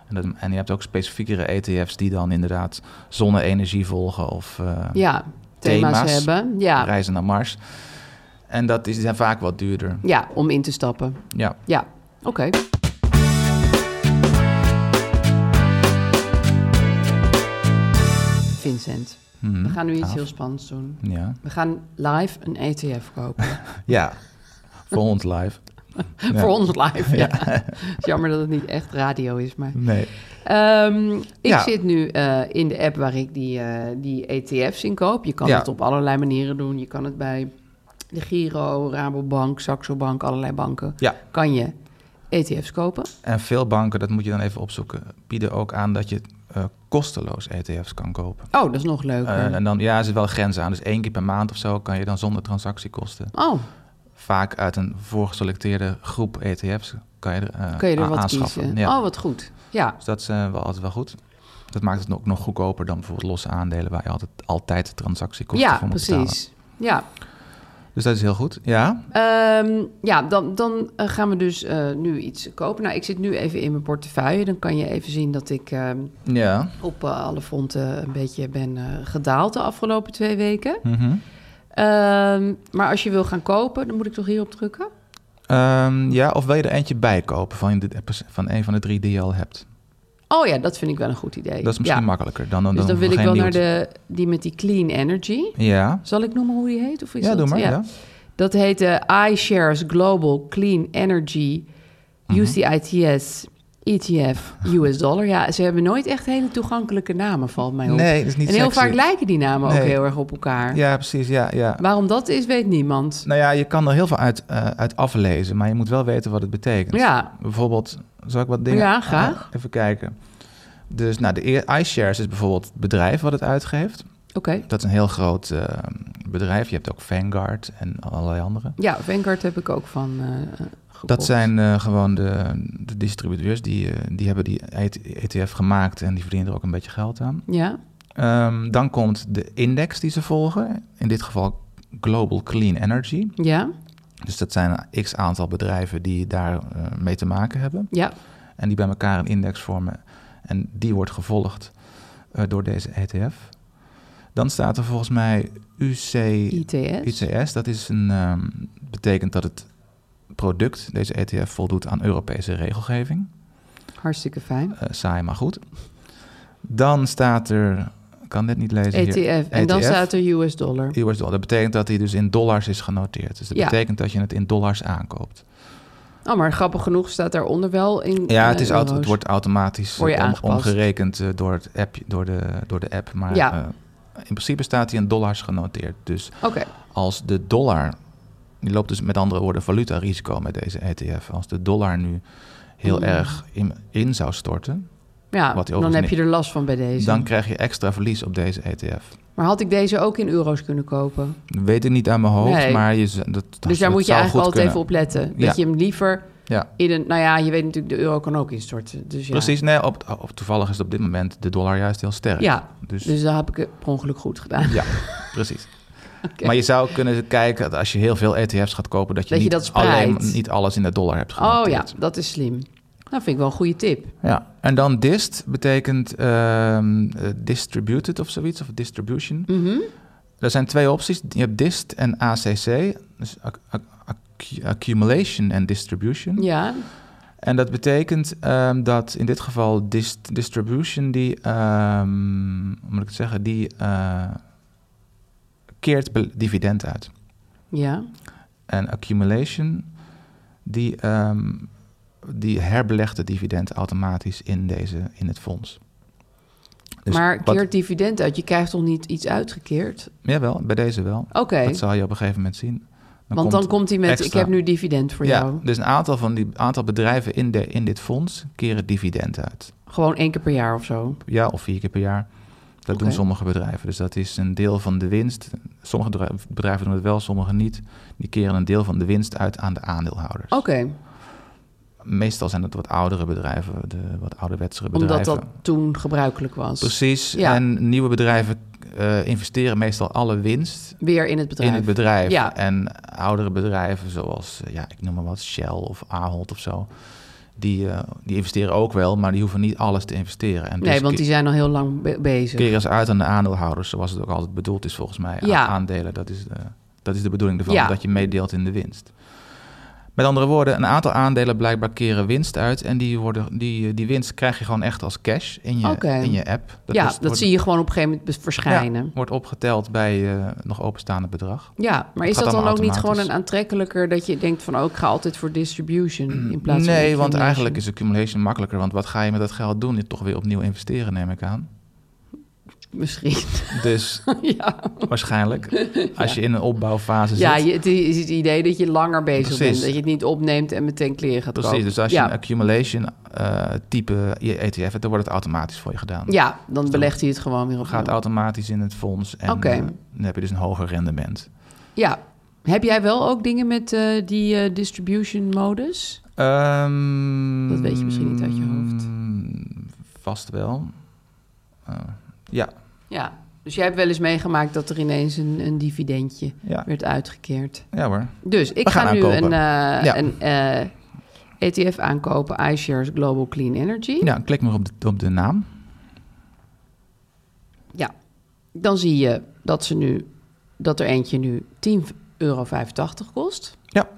Speaker 4: En, dat, en je hebt ook specifiekere ETF's die dan inderdaad zonne-energie volgen of eh,
Speaker 3: ja, thema's,
Speaker 4: thema's.
Speaker 3: hebben. Ja.
Speaker 4: reizen naar Mars. En dat is, die zijn vaak wat duurder.
Speaker 3: ja, om in te stappen.
Speaker 4: Ja.
Speaker 3: Ja, oké. Vincent,
Speaker 4: Mhm.
Speaker 3: we gaan nu iets
Speaker 4: Gaaf.
Speaker 3: heel spannends doen.
Speaker 4: Ja.
Speaker 3: We gaan live een ETF kopen.
Speaker 4: ja, voor ons live. Ja.
Speaker 3: Voor ons live, ja. Jammer dat het niet echt radio is, maar...
Speaker 4: Nee.
Speaker 3: Ehm, ik
Speaker 4: Ja.
Speaker 3: zit nu eh, in de app waar ik die, eh, die ETF's in koop. Je kan
Speaker 4: Ja.
Speaker 3: het op allerlei manieren doen. Je kan het bij de Giro, Rabobank, Saxo Bank, allerlei banken,
Speaker 4: Ja.
Speaker 3: kan je ETF's kopen.
Speaker 4: En veel banken, dat moet je dan even opzoeken, bieden ook aan dat je eh, kosteloos ETF's kan kopen.
Speaker 3: Oh, dat is nog leuker.
Speaker 4: Eh, en dan, ja, er zit wel een grens aan. Dus één keer per maand of zo kan je dan zonder transactiekosten.
Speaker 3: oh,
Speaker 4: Vaak uit een voorgeselecteerde groep ETF's kan je er, eh,
Speaker 3: kun je er
Speaker 4: aan-
Speaker 3: wat
Speaker 4: aanschaffen.
Speaker 3: kiezen.
Speaker 4: Ja.
Speaker 3: Oh, wat goed. Ja,
Speaker 4: Dus dat is eh, wel altijd wel goed. Dat maakt het ook nog goedkoper dan bijvoorbeeld losse aandelen... waar je altijd, altijd transactiekosten
Speaker 3: ja
Speaker 4: voor moet betalen.
Speaker 3: precies. Ja,
Speaker 4: Dus dat is heel goed. Ja,
Speaker 3: Ehm, ja, dan, dan eh, gaan we dus eh, nu iets kopen. Nou, ik zit nu even in mijn portefeuille. Dan kan je even zien dat ik ehm,
Speaker 4: ja.
Speaker 3: op eh, alle fronten een beetje ben eh, gedaald de afgelopen twee weken.
Speaker 4: Mhm.
Speaker 3: Ehm, maar als je wil gaan kopen, dan moet ik toch hierop drukken?
Speaker 4: Ehm, ja, of wil je er eentje bij kopen van, de, van een van de drie die je al hebt?
Speaker 3: Oh ja, dat vind ik wel een goed idee.
Speaker 4: Dat is misschien
Speaker 3: Ja.
Speaker 4: makkelijker dan, dan,
Speaker 3: Dus dan
Speaker 4: hoeven
Speaker 3: wil
Speaker 4: we
Speaker 3: ik wel
Speaker 4: geen
Speaker 3: naar
Speaker 4: nieuw
Speaker 3: de, die met die clean energy.
Speaker 4: te- Ja,
Speaker 3: Zal ik noemen hoe die heet? Of is
Speaker 4: ja
Speaker 3: dat,
Speaker 4: doe maar. Ja.
Speaker 3: Dat heet de iShares Global Clean Energy
Speaker 4: Mhm.
Speaker 3: UCITS ETF US Dollar. Ja, ze hebben nooit echt hele toegankelijke namen, valt mij op.
Speaker 4: Nee, dat is niet
Speaker 3: En heel
Speaker 4: sexy.
Speaker 3: vaak lijken die namen ook
Speaker 4: Nee.
Speaker 3: heel erg op elkaar.
Speaker 4: ja, precies. Ja, ja.
Speaker 3: Waarom dat is, weet niemand.
Speaker 4: Nou ja, je kan er heel veel uit, eh, uit aflezen, maar je moet wel weten wat het betekent.
Speaker 3: Ja.
Speaker 4: Bijvoorbeeld, zal ik wat dingen...
Speaker 3: Ja, graag.
Speaker 4: Eh, even kijken. Dus nou, de e- iShares is bijvoorbeeld het bedrijf wat het uitgeeft.
Speaker 3: Oké.
Speaker 4: Dat is een heel groot eh, bedrijf. Je hebt ook Vanguard en allerlei andere.
Speaker 3: Ja, Vanguard heb ik ook van eh, gekocht.
Speaker 4: Dat zijn eh, gewoon de, de distributeurs. Die, eh, die hebben die ETF gemaakt en die verdienen er ook een beetje geld aan.
Speaker 3: Ja,
Speaker 4: Ehm, dan komt de index die ze volgen. In dit geval Global Clean Energy.
Speaker 3: ja,
Speaker 4: Dus dat zijn x aantal bedrijven die daar eh, mee te maken hebben.
Speaker 3: ja.
Speaker 4: En die bij elkaar een index vormen. En die wordt gevolgd eh, door deze ETF. Dan staat er volgens mij UC,
Speaker 3: ITS.
Speaker 4: ICS. Dat is een, ehm, betekent dat het product, deze ETF, voldoet aan Europese regelgeving.
Speaker 3: Hartstikke fijn.
Speaker 4: Eh, saai, maar goed. Dan staat er, ik kan dit niet lezen
Speaker 3: ETF.
Speaker 4: hier.
Speaker 3: E
Speaker 4: E
Speaker 3: En dan
Speaker 4: ETF.
Speaker 3: staat er US dollar.
Speaker 4: US dollar. Dat betekent dat hij dus in dollars is genoteerd. Dus dat
Speaker 3: Ja.
Speaker 4: betekent dat je het in dollars aankoopt.
Speaker 3: Oh, maar grappig genoeg staat daaronder wel in
Speaker 4: Ja,
Speaker 3: eh,
Speaker 4: het, is auto, het
Speaker 3: euro's.
Speaker 4: wordt automatisch
Speaker 3: Word je
Speaker 4: eh, om-
Speaker 3: aangepast.
Speaker 4: omgerekend eh, door, het app, door, de, door de app. Maar
Speaker 3: Ja.
Speaker 4: eh, in principe staat hij in dollars genoteerd. Dus
Speaker 3: Oké,
Speaker 4: als de dollar... Je loopt dus met andere woorden valutarisico met deze ETF. Als de dollar nu
Speaker 3: Mm.
Speaker 4: heel erg in, in zou storten...
Speaker 3: ja,
Speaker 4: Wat die
Speaker 3: dan
Speaker 4: overigens
Speaker 3: heb je er last van bij deze.
Speaker 4: dan krijg je extra verlies op deze E ETF.
Speaker 3: Maar had ik deze ook in euro's kunnen kopen?
Speaker 4: Dat weet ik niet aan mijn hoofd,
Speaker 3: Nee.
Speaker 4: maar je, z- dat, dat,
Speaker 3: dus daar
Speaker 4: Nou, dat
Speaker 3: moet je
Speaker 4: zou
Speaker 3: eigenlijk
Speaker 4: goed
Speaker 3: altijd even
Speaker 4: kunnen.
Speaker 3: op letten. Dat
Speaker 4: Ja.
Speaker 3: je hem liever
Speaker 4: Ja.
Speaker 3: in een... Nou ja, je weet natuurlijk, de euro kan ook instorten. Dus ja.
Speaker 4: Precies, nee, op, op, toevallig is het op dit moment de dollar juist heel sterk.
Speaker 3: Ja,
Speaker 4: dus,
Speaker 3: dus, daar heb ik het per ongeluk goed gedaan.
Speaker 4: ja, precies.
Speaker 3: Oké.
Speaker 4: Maar je zou kunnen kijken dat als je heel veel ETF's gaat kopen, dat je,
Speaker 3: Dat je
Speaker 4: niet,
Speaker 3: dat
Speaker 4: alleen,
Speaker 3: spreidt.
Speaker 4: niet alles in de dollar hebt
Speaker 3: Oh ja,
Speaker 4: genoteerd.
Speaker 3: dat is slim. Dat vind ik wel een goede tip.
Speaker 4: ja. En dan DIST betekent ehm, eh, distributed of zoiets, of distribution.
Speaker 3: Mhm.
Speaker 4: Er zijn twee opties. Je hebt DIST en ACC, dus ac- ac- ac- accumulation en distribution.
Speaker 3: Ja,
Speaker 4: En dat betekent ehm, dat in dit geval dis- distribution die, ehm, hoe moet ik het zeggen, die eh, keert be- dividend uit.
Speaker 3: ja.
Speaker 4: En accumulation die, ehm, die herbelegt het dividend automatisch in, deze, in het fonds. Dus
Speaker 3: maar
Speaker 4: wat-
Speaker 3: keert dividend uit. Je krijgt toch niet iets uitgekeerd?
Speaker 4: Jawel, bij deze wel.
Speaker 3: Oké,
Speaker 4: Dat zal je op een gegeven moment zien.
Speaker 3: want dan komt hij met... Ik
Speaker 4: extra-
Speaker 3: heb nu dividend voor
Speaker 4: ja,
Speaker 3: jou.
Speaker 4: dus een aantal van die aantal bedrijven in, de, in dit fonds keren dividend uit.
Speaker 3: Gewoon één keer per jaar of zo.
Speaker 4: ja, of vier keer per jaar. Dat
Speaker 3: Oké.
Speaker 4: doen sommige bedrijven. Dus dat is een deel van de winst. Sommige bedrij- bedrijven doen het wel, sommige niet. Die keren een deel van de winst uit aan de aandeelhouders.
Speaker 3: Oké,
Speaker 4: Meestal zijn het wat oudere bedrijven, de wat ouderwetsere bedrijven.
Speaker 3: omdat dat toen gebruikelijk was.
Speaker 4: Precies.
Speaker 3: Ja.
Speaker 4: En nieuwe bedrijven eh, investeren meestal alle winst
Speaker 3: Weer in het bedrijf.
Speaker 4: in het bedrijf.
Speaker 3: Ja.
Speaker 4: En oudere bedrijven zoals, eh, ja, ik noem maar wat, Shell of Ahold of zo... Die, eh, die investeren ook wel, maar die hoeven niet alles te investeren. En
Speaker 3: Nee,
Speaker 4: dus
Speaker 3: want
Speaker 4: ke-
Speaker 3: die zijn al heel lang be- bezig.
Speaker 4: keren ze uit aan de aandeelhouders, zoals het ook altijd bedoeld is volgens mij.
Speaker 3: Ja.
Speaker 4: A- Aandelen, dat is, de, dat is de bedoeling ervan,
Speaker 3: Ja.
Speaker 4: dat je meedeelt in de winst. Met andere woorden, een aantal aandelen blijkbaar keren winst uit en die, worden, die, eh, die winst krijg je gewoon echt als cash in je,
Speaker 3: Oké.
Speaker 4: in je app.
Speaker 3: ja,
Speaker 4: is-
Speaker 3: dat
Speaker 4: wordt-
Speaker 3: zie je gewoon op een gegeven moment bes-
Speaker 4: ja,
Speaker 3: verschijnen. Ja,
Speaker 4: wordt opgeteld bij eh, nog openstaande bedrag.
Speaker 3: maar is
Speaker 4: gaat
Speaker 3: dat dan
Speaker 4: allemaal
Speaker 3: ook niet gewoon
Speaker 4: automatisch.
Speaker 3: een aantrekkelijker dat je denkt van oh, ik ga altijd voor distribution in plaats van
Speaker 4: Nee, want
Speaker 3: accumulation?
Speaker 4: eigenlijk is accumulation makkelijker, want wat ga je met dat geld doen? Je toch weer opnieuw investeren, neem ik aan.
Speaker 3: Misschien.
Speaker 4: Dus
Speaker 3: ja.
Speaker 4: waarschijnlijk, als je in een opbouwfase
Speaker 3: Ja,
Speaker 4: zit...
Speaker 3: je, het is het idee dat je langer bezig bent.
Speaker 4: Precies.
Speaker 3: Dat je het niet opneemt en meteen kleren gaat
Speaker 4: Precies,
Speaker 3: kopen.
Speaker 4: dus als je
Speaker 3: ja.
Speaker 4: een accumulation eh, type ETF hebt, dan wordt het automatisch voor je gedaan.
Speaker 3: ja, dan belegt hij het gewoon weer op.
Speaker 4: Gaat automatisch in het fonds en
Speaker 3: Oké.
Speaker 4: eh, dan heb je dus een hoger rendement.
Speaker 3: Ja. Heb jij wel ook dingen met eh, die eh, distribution modus?
Speaker 4: Ehm,
Speaker 3: Dat weet je misschien niet uit je hoofd.
Speaker 4: Vast wel. Eh, ja,
Speaker 3: Ja. Dus jij hebt wel eens meegemaakt dat er ineens een, een dividendje
Speaker 4: ja,
Speaker 3: werd uitgekeerd.
Speaker 4: ja hoor.
Speaker 3: Dus ik
Speaker 4: We
Speaker 3: ga
Speaker 4: gaan
Speaker 3: nu
Speaker 4: aankopen.
Speaker 3: een, eh,
Speaker 4: Ja.
Speaker 3: een eh, ETF aankopen, iShares Global Clean Energy.
Speaker 4: Ja, klik maar op de, op de naam.
Speaker 3: Ja. Dan zie je dat, ze nu, dat er eentje nu 10,85 euro kost.
Speaker 4: Ja.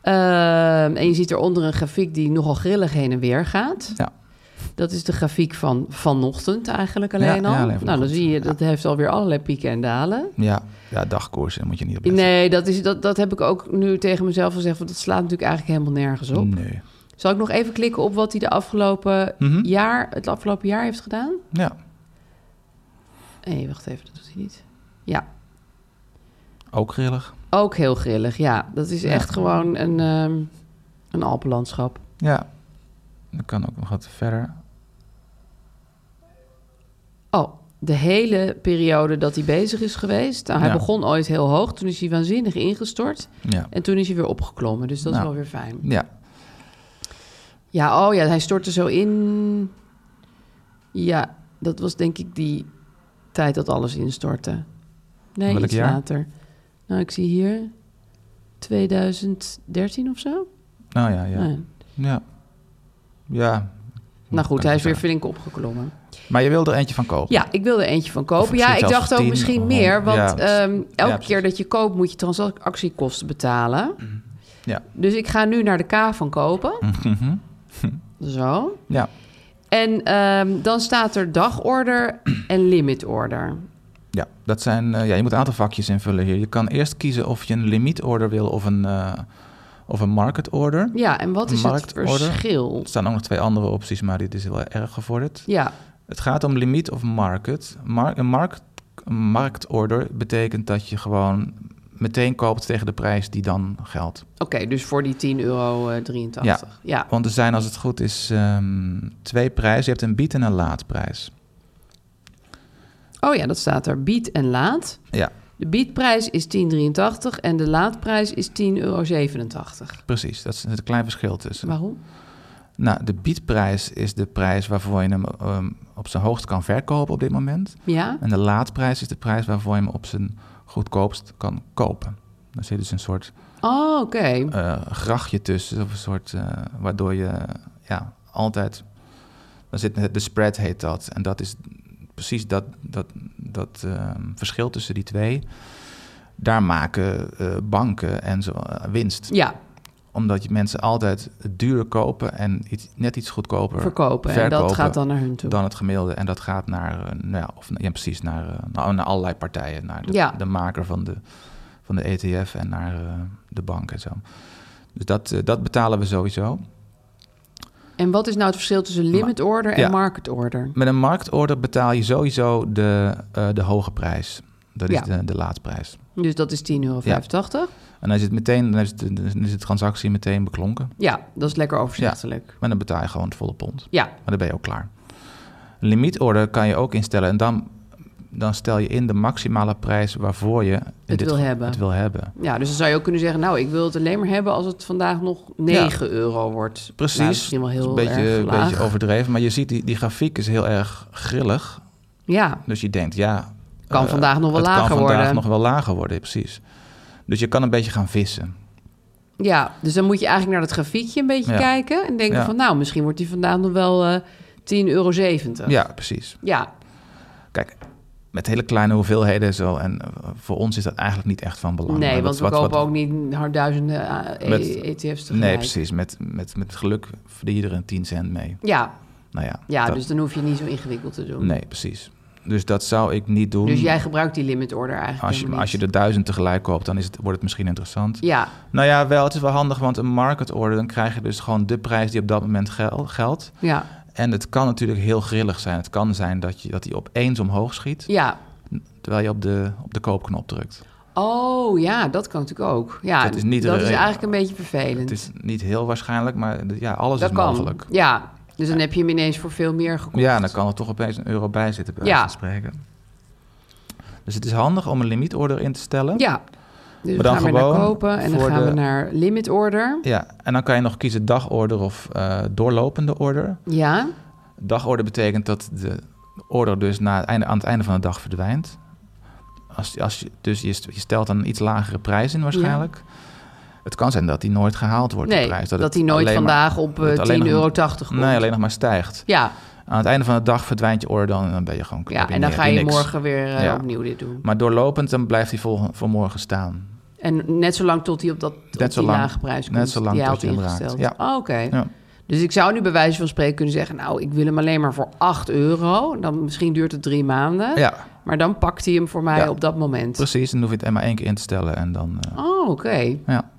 Speaker 3: Ehm, en je ziet eronder een grafiek die nogal grillig heen en weer gaat.
Speaker 4: Ja.
Speaker 3: Dat is de grafiek van vanochtend eigenlijk alleen
Speaker 4: Ja,
Speaker 3: al.
Speaker 4: ja, alleen
Speaker 3: nou, dan
Speaker 4: vanochtend.
Speaker 3: zie je dat heeft alweer allerlei pieken en dalen.
Speaker 4: Ja, ja dagkoers, daar moet je niet op letten.
Speaker 3: Nee, dat, is, dat, dat heb ik ook nu tegen mezelf gezegd. Want dat slaat natuurlijk eigenlijk helemaal nergens op.
Speaker 4: Nee.
Speaker 3: Zal ik nog even klikken op wat hij de afgelopen
Speaker 4: Mhm.
Speaker 3: jaar, het afgelopen jaar heeft gedaan?
Speaker 4: Ja,
Speaker 3: Nee, wacht even, dat doet hij niet. Ja,
Speaker 4: ook grillig.
Speaker 3: ook heel grillig. Ja, dat is
Speaker 4: Ja.
Speaker 3: echt gewoon een, ehm een alpenlandschap.
Speaker 4: Ja, dan kan ook nog wat verder.
Speaker 3: Oh, de hele periode dat hij bezig is geweest. Nou, hij
Speaker 4: Ja.
Speaker 3: begon ooit heel hoog, toen is hij waanzinnig ingestort.
Speaker 4: Ja,
Speaker 3: En toen is hij weer opgeklommen, dus dat is
Speaker 4: Nou.
Speaker 3: wel weer fijn.
Speaker 4: ja.
Speaker 3: Ja, oh ja, hij stortte zo in. Ja, dat was denk ik die tijd dat alles instortte. Nee,
Speaker 4: Welk
Speaker 3: iets
Speaker 4: jaar?
Speaker 3: later. Nou, ik zie hier 2013 of zo.
Speaker 4: nou ja, ja.
Speaker 3: Nee.
Speaker 4: Ja. Ja.
Speaker 3: Nou goed,
Speaker 4: Kan
Speaker 3: hij
Speaker 4: ik
Speaker 3: is weer
Speaker 4: zeggen.
Speaker 3: flink opgeklommen.
Speaker 4: Maar je wil er eentje van kopen.
Speaker 3: Ja, ik wilde eentje van
Speaker 4: Of
Speaker 3: kopen. Ja,
Speaker 4: misschien
Speaker 3: ik
Speaker 4: zelfs
Speaker 3: dacht ook
Speaker 4: 10,
Speaker 3: misschien
Speaker 4: of
Speaker 3: meer.
Speaker 4: 100.
Speaker 3: Want
Speaker 4: Ja,
Speaker 3: ehm, elke
Speaker 4: precies.
Speaker 3: keer dat je koopt, moet je transactiekosten betalen.
Speaker 4: Ja. Mhm.
Speaker 3: Dus ik ga nu naar de K van kopen. Zo.
Speaker 4: Ja.
Speaker 3: En ehm, dan staat er dagorder en limitorder.
Speaker 4: Ja, dat zijn, eh, ja, je moet een aantal vakjes invullen hier. Je kan eerst kiezen of je een limietorder wil of een, eh, of een market order.
Speaker 3: Ja, en wat is het
Speaker 4: Marktorder.
Speaker 3: verschil?
Speaker 4: Er staan ook nog twee andere opties, maar dit is wel erg gevorderd.
Speaker 3: Ja,
Speaker 4: Het gaat om limiet of market. Mar- een markt, een marktorder betekent dat je gewoon meteen koopt tegen de prijs die dan geldt.
Speaker 3: oké, dus voor die 10,83 euro. Ja. ja,
Speaker 4: Want er zijn, als het goed is, ehm, twee prijzen. Je hebt een bied- en een laadprijs.
Speaker 3: oh ja, dat staat er. Bied en laat.
Speaker 4: Ja,
Speaker 3: De biedprijs is 10,83 en de laadprijs is 10,87 euro.
Speaker 4: precies. Dat is een klein verschil tussen.
Speaker 3: Waarom?
Speaker 4: Nou, de biedprijs is de prijs waarvoor je hem ehm, op zijn hoogst kan verkopen op dit moment.
Speaker 3: Ja,
Speaker 4: En de laadprijs is de prijs waarvoor je hem op zijn goedkoopst kan kopen. Daar zit dus een soort
Speaker 3: oh, oké.
Speaker 4: eh, grachtje tussen, of een soort, eh, waardoor je ja, altijd... Dan zit net- de spread heet dat. En dat is precies dat, dat, dat ehm, verschil tussen die twee. Daar maken eh, banken en zo eh, winst.
Speaker 3: Ja,
Speaker 4: Omdat je mensen altijd duur kopen en iets, net iets goedkoper
Speaker 3: verkopen. En dat
Speaker 4: verkopen
Speaker 3: gaat dan naar hun toe.
Speaker 4: dan het gemiddelde. En dat gaat naar, eh, nou ja, of, ja, precies, naar, eh, nou, naar allerlei partijen. Naar de,
Speaker 3: Ja.
Speaker 4: de maker van de, van de ETF en naar eh, de bank en zo. Dus dat, eh, dat betalen we sowieso.
Speaker 3: En wat is nou het verschil tussen limit order en
Speaker 4: ja.
Speaker 3: market order?
Speaker 4: Met een marktorder betaal je sowieso de, eh, de hoge prijs. Dat is
Speaker 3: Ja.
Speaker 4: de, de laadprijs.
Speaker 3: Dus dat is 10,85 euro. Ja.
Speaker 4: En dan is het meteen, dan is, de, dan is de transactie meteen beklonken.
Speaker 3: dat is lekker overzichtelijk.
Speaker 4: Maar dan betaal je gewoon het volle pond.
Speaker 3: Ja,
Speaker 4: Maar dan ben je ook klaar. Een Limietorder kan je ook instellen. En dan, dan stel je in de maximale prijs waarvoor je in
Speaker 3: Het wil
Speaker 4: geval
Speaker 3: hebben.
Speaker 4: het wil hebben.
Speaker 3: ja. dus dan zou je ook kunnen zeggen... nou, ik wil het alleen maar hebben als het vandaag nog 9 euro wordt.
Speaker 4: Precies.
Speaker 3: Nou, misschien wel
Speaker 4: Dat is
Speaker 3: heel
Speaker 4: een beetje,
Speaker 3: erg
Speaker 4: een
Speaker 3: laag.
Speaker 4: beetje overdreven. Maar je ziet, die, die grafiek is heel erg grillig.
Speaker 3: Ja,
Speaker 4: Dus je denkt, ja...
Speaker 3: Kan
Speaker 4: eh,
Speaker 3: vandaag nog wel
Speaker 4: het
Speaker 3: lager
Speaker 4: kan vandaag
Speaker 3: worden.
Speaker 4: nog wel lager worden, precies. Dus je kan een beetje gaan vissen.
Speaker 3: ja, dus dan moet je eigenlijk naar dat grafiekje een beetje
Speaker 4: Ja.
Speaker 3: kijken... en denken
Speaker 4: Ja.
Speaker 3: van, nou, misschien wordt die vandaag nog wel eh 10,70 euro.
Speaker 4: Ja, Oh, precies.
Speaker 3: ja,
Speaker 4: Kijk, met hele kleine hoeveelheden en zo. En eh, voor ons is dat eigenlijk niet echt van belang.
Speaker 3: nee,
Speaker 4: Maar
Speaker 3: want
Speaker 4: wat-
Speaker 3: we
Speaker 4: wat-
Speaker 3: kopen
Speaker 4: wat-
Speaker 3: ook niet hard duizenden eh,
Speaker 4: Met-
Speaker 3: ETF's tegelijk.
Speaker 4: Nee, precies. Met, met, met geluk verdien je er een 10 cent mee.
Speaker 3: Ja,
Speaker 4: Nou ja,
Speaker 3: ja
Speaker 4: dat-
Speaker 3: dus dan hoef je niet zo ingewikkeld te doen.
Speaker 4: Nee, precies. Dus dat zou ik niet doen.
Speaker 3: Dus jij gebruikt die limit order eigenlijk
Speaker 4: als, je,
Speaker 3: helemaal
Speaker 4: als je
Speaker 3: niet.
Speaker 4: er duizend tegelijk koopt, dan is het, wordt het misschien interessant.
Speaker 3: Ja,
Speaker 4: Nou ja, dus wel, het is wel handig, want een market order... dan krijg je dus gewoon de prijs die op dat moment gel- geldt.
Speaker 3: ja,
Speaker 4: En het kan natuurlijk heel grillig zijn. Het kan zijn dat, je, dat die opeens omhoog schiet,
Speaker 3: Ja.
Speaker 4: terwijl je op de, op de koopknop drukt.
Speaker 3: Oh ja, dat kan natuurlijk ook. Ja,
Speaker 4: Dat is niet
Speaker 3: dat
Speaker 4: re-
Speaker 3: is eigenlijk een beetje vervelend.
Speaker 4: Het is niet heel waarschijnlijk, maar ja, alles
Speaker 3: dat
Speaker 4: is
Speaker 3: kan.
Speaker 4: mogelijk.
Speaker 3: Ja, dus dan heb je hem ineens voor veel meer gekocht.
Speaker 4: Ja, dan kan er toch opeens een euro bij zitten, bij
Speaker 3: Ja.
Speaker 4: wijze van spreken. Dus het is handig om een limietorder in te stellen.
Speaker 3: Ja. Dus
Speaker 4: Maar
Speaker 3: we
Speaker 4: dan
Speaker 3: gaan we naar
Speaker 4: gewoon
Speaker 3: kopen en dan
Speaker 4: voor
Speaker 3: gaan we
Speaker 4: de-
Speaker 3: naar limit order.
Speaker 4: Ja, en dan kan je nog kiezen dagorder of eh, doorlopende order.
Speaker 3: Ja,
Speaker 4: Dagorder betekent dat de order dus na het einde, aan het einde van de dag verdwijnt. Als, als je, dus je, st- je stelt een iets lagere prijs in waarschijnlijk. Het kan zijn dat die nooit gehaald wordt,
Speaker 3: nee,
Speaker 4: die prijs.
Speaker 3: dat
Speaker 4: het
Speaker 3: hij nooit
Speaker 4: alleen maar-
Speaker 3: vandaag op
Speaker 4: dat het
Speaker 3: eh, 10,80
Speaker 4: alleen nog-
Speaker 3: euro komt.
Speaker 4: Nee, alleen nog maar stijgt.
Speaker 3: Ja,
Speaker 4: Aan het einde van de dag verdwijnt je order dan en dan ben je gewoon
Speaker 3: ja
Speaker 4: heb
Speaker 3: en dan
Speaker 4: ni-
Speaker 3: ga
Speaker 4: heb
Speaker 3: je
Speaker 4: niks.
Speaker 3: morgen weer eh,
Speaker 4: Ja.
Speaker 3: opnieuw dit doen.
Speaker 4: Maar doorlopend, dan blijft hij vol, voor morgen staan.
Speaker 3: En net zo lang tot hij op, dat, op
Speaker 4: Net zo
Speaker 3: die
Speaker 4: lang.
Speaker 3: lage prijs komt.
Speaker 4: Net zo lang
Speaker 3: die hij
Speaker 4: tot
Speaker 3: had
Speaker 4: hij hem raakt.
Speaker 3: ingesteld.
Speaker 4: Ja.
Speaker 3: Oh, oké.
Speaker 4: Ja.
Speaker 3: Dus ik zou nu bij wijze van spreken kunnen zeggen... nou, ik wil hem alleen maar voor 8 euro. Dan misschien duurt het drie maanden.
Speaker 4: Ja.
Speaker 3: Maar dan pakt hij hem voor mij
Speaker 4: Ja.
Speaker 3: op dat moment.
Speaker 4: Precies, dan hoef je het maar één keer in te stellen en dan... eh,
Speaker 3: Oh, oké.
Speaker 4: ja.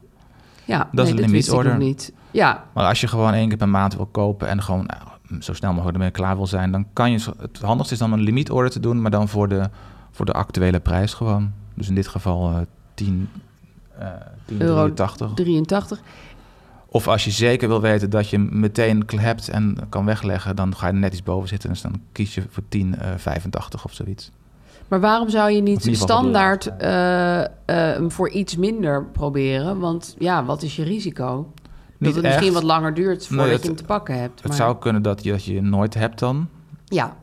Speaker 3: Ja,
Speaker 4: Dat is
Speaker 3: nee,
Speaker 4: een
Speaker 3: wist ik nog
Speaker 4: limietorder.
Speaker 3: niet. Ja,
Speaker 4: Maar als je gewoon één keer per maand wil kopen en gewoon nou, zo snel mogelijk ermee klaar wil zijn, dan kan je... zo- Het handigste is dan een limietorder te doen, maar dan voor de, voor de actuele prijs gewoon. Dus in dit geval eh 10... eh, 10,83.
Speaker 3: euro 83.
Speaker 4: Of als je zeker wil weten dat je hem meteen hebt en kan wegleggen, dan ga je er net iets boven zitten. Dus dan kies je voor 10,85 of zoiets.
Speaker 3: Maar waarom zou je niet
Speaker 4: Of in ieder geval
Speaker 3: standaard eh, eh, hem voor iets minder proberen? Want ja, wat is je risico? dat
Speaker 4: Niet
Speaker 3: het misschien
Speaker 4: echt.
Speaker 3: wat langer duurt voordat
Speaker 4: het-
Speaker 3: je hem te pakken hebt.
Speaker 4: Het
Speaker 3: maar-
Speaker 4: zou kunnen dat je, dat je nooit hebt dan.
Speaker 3: Ja.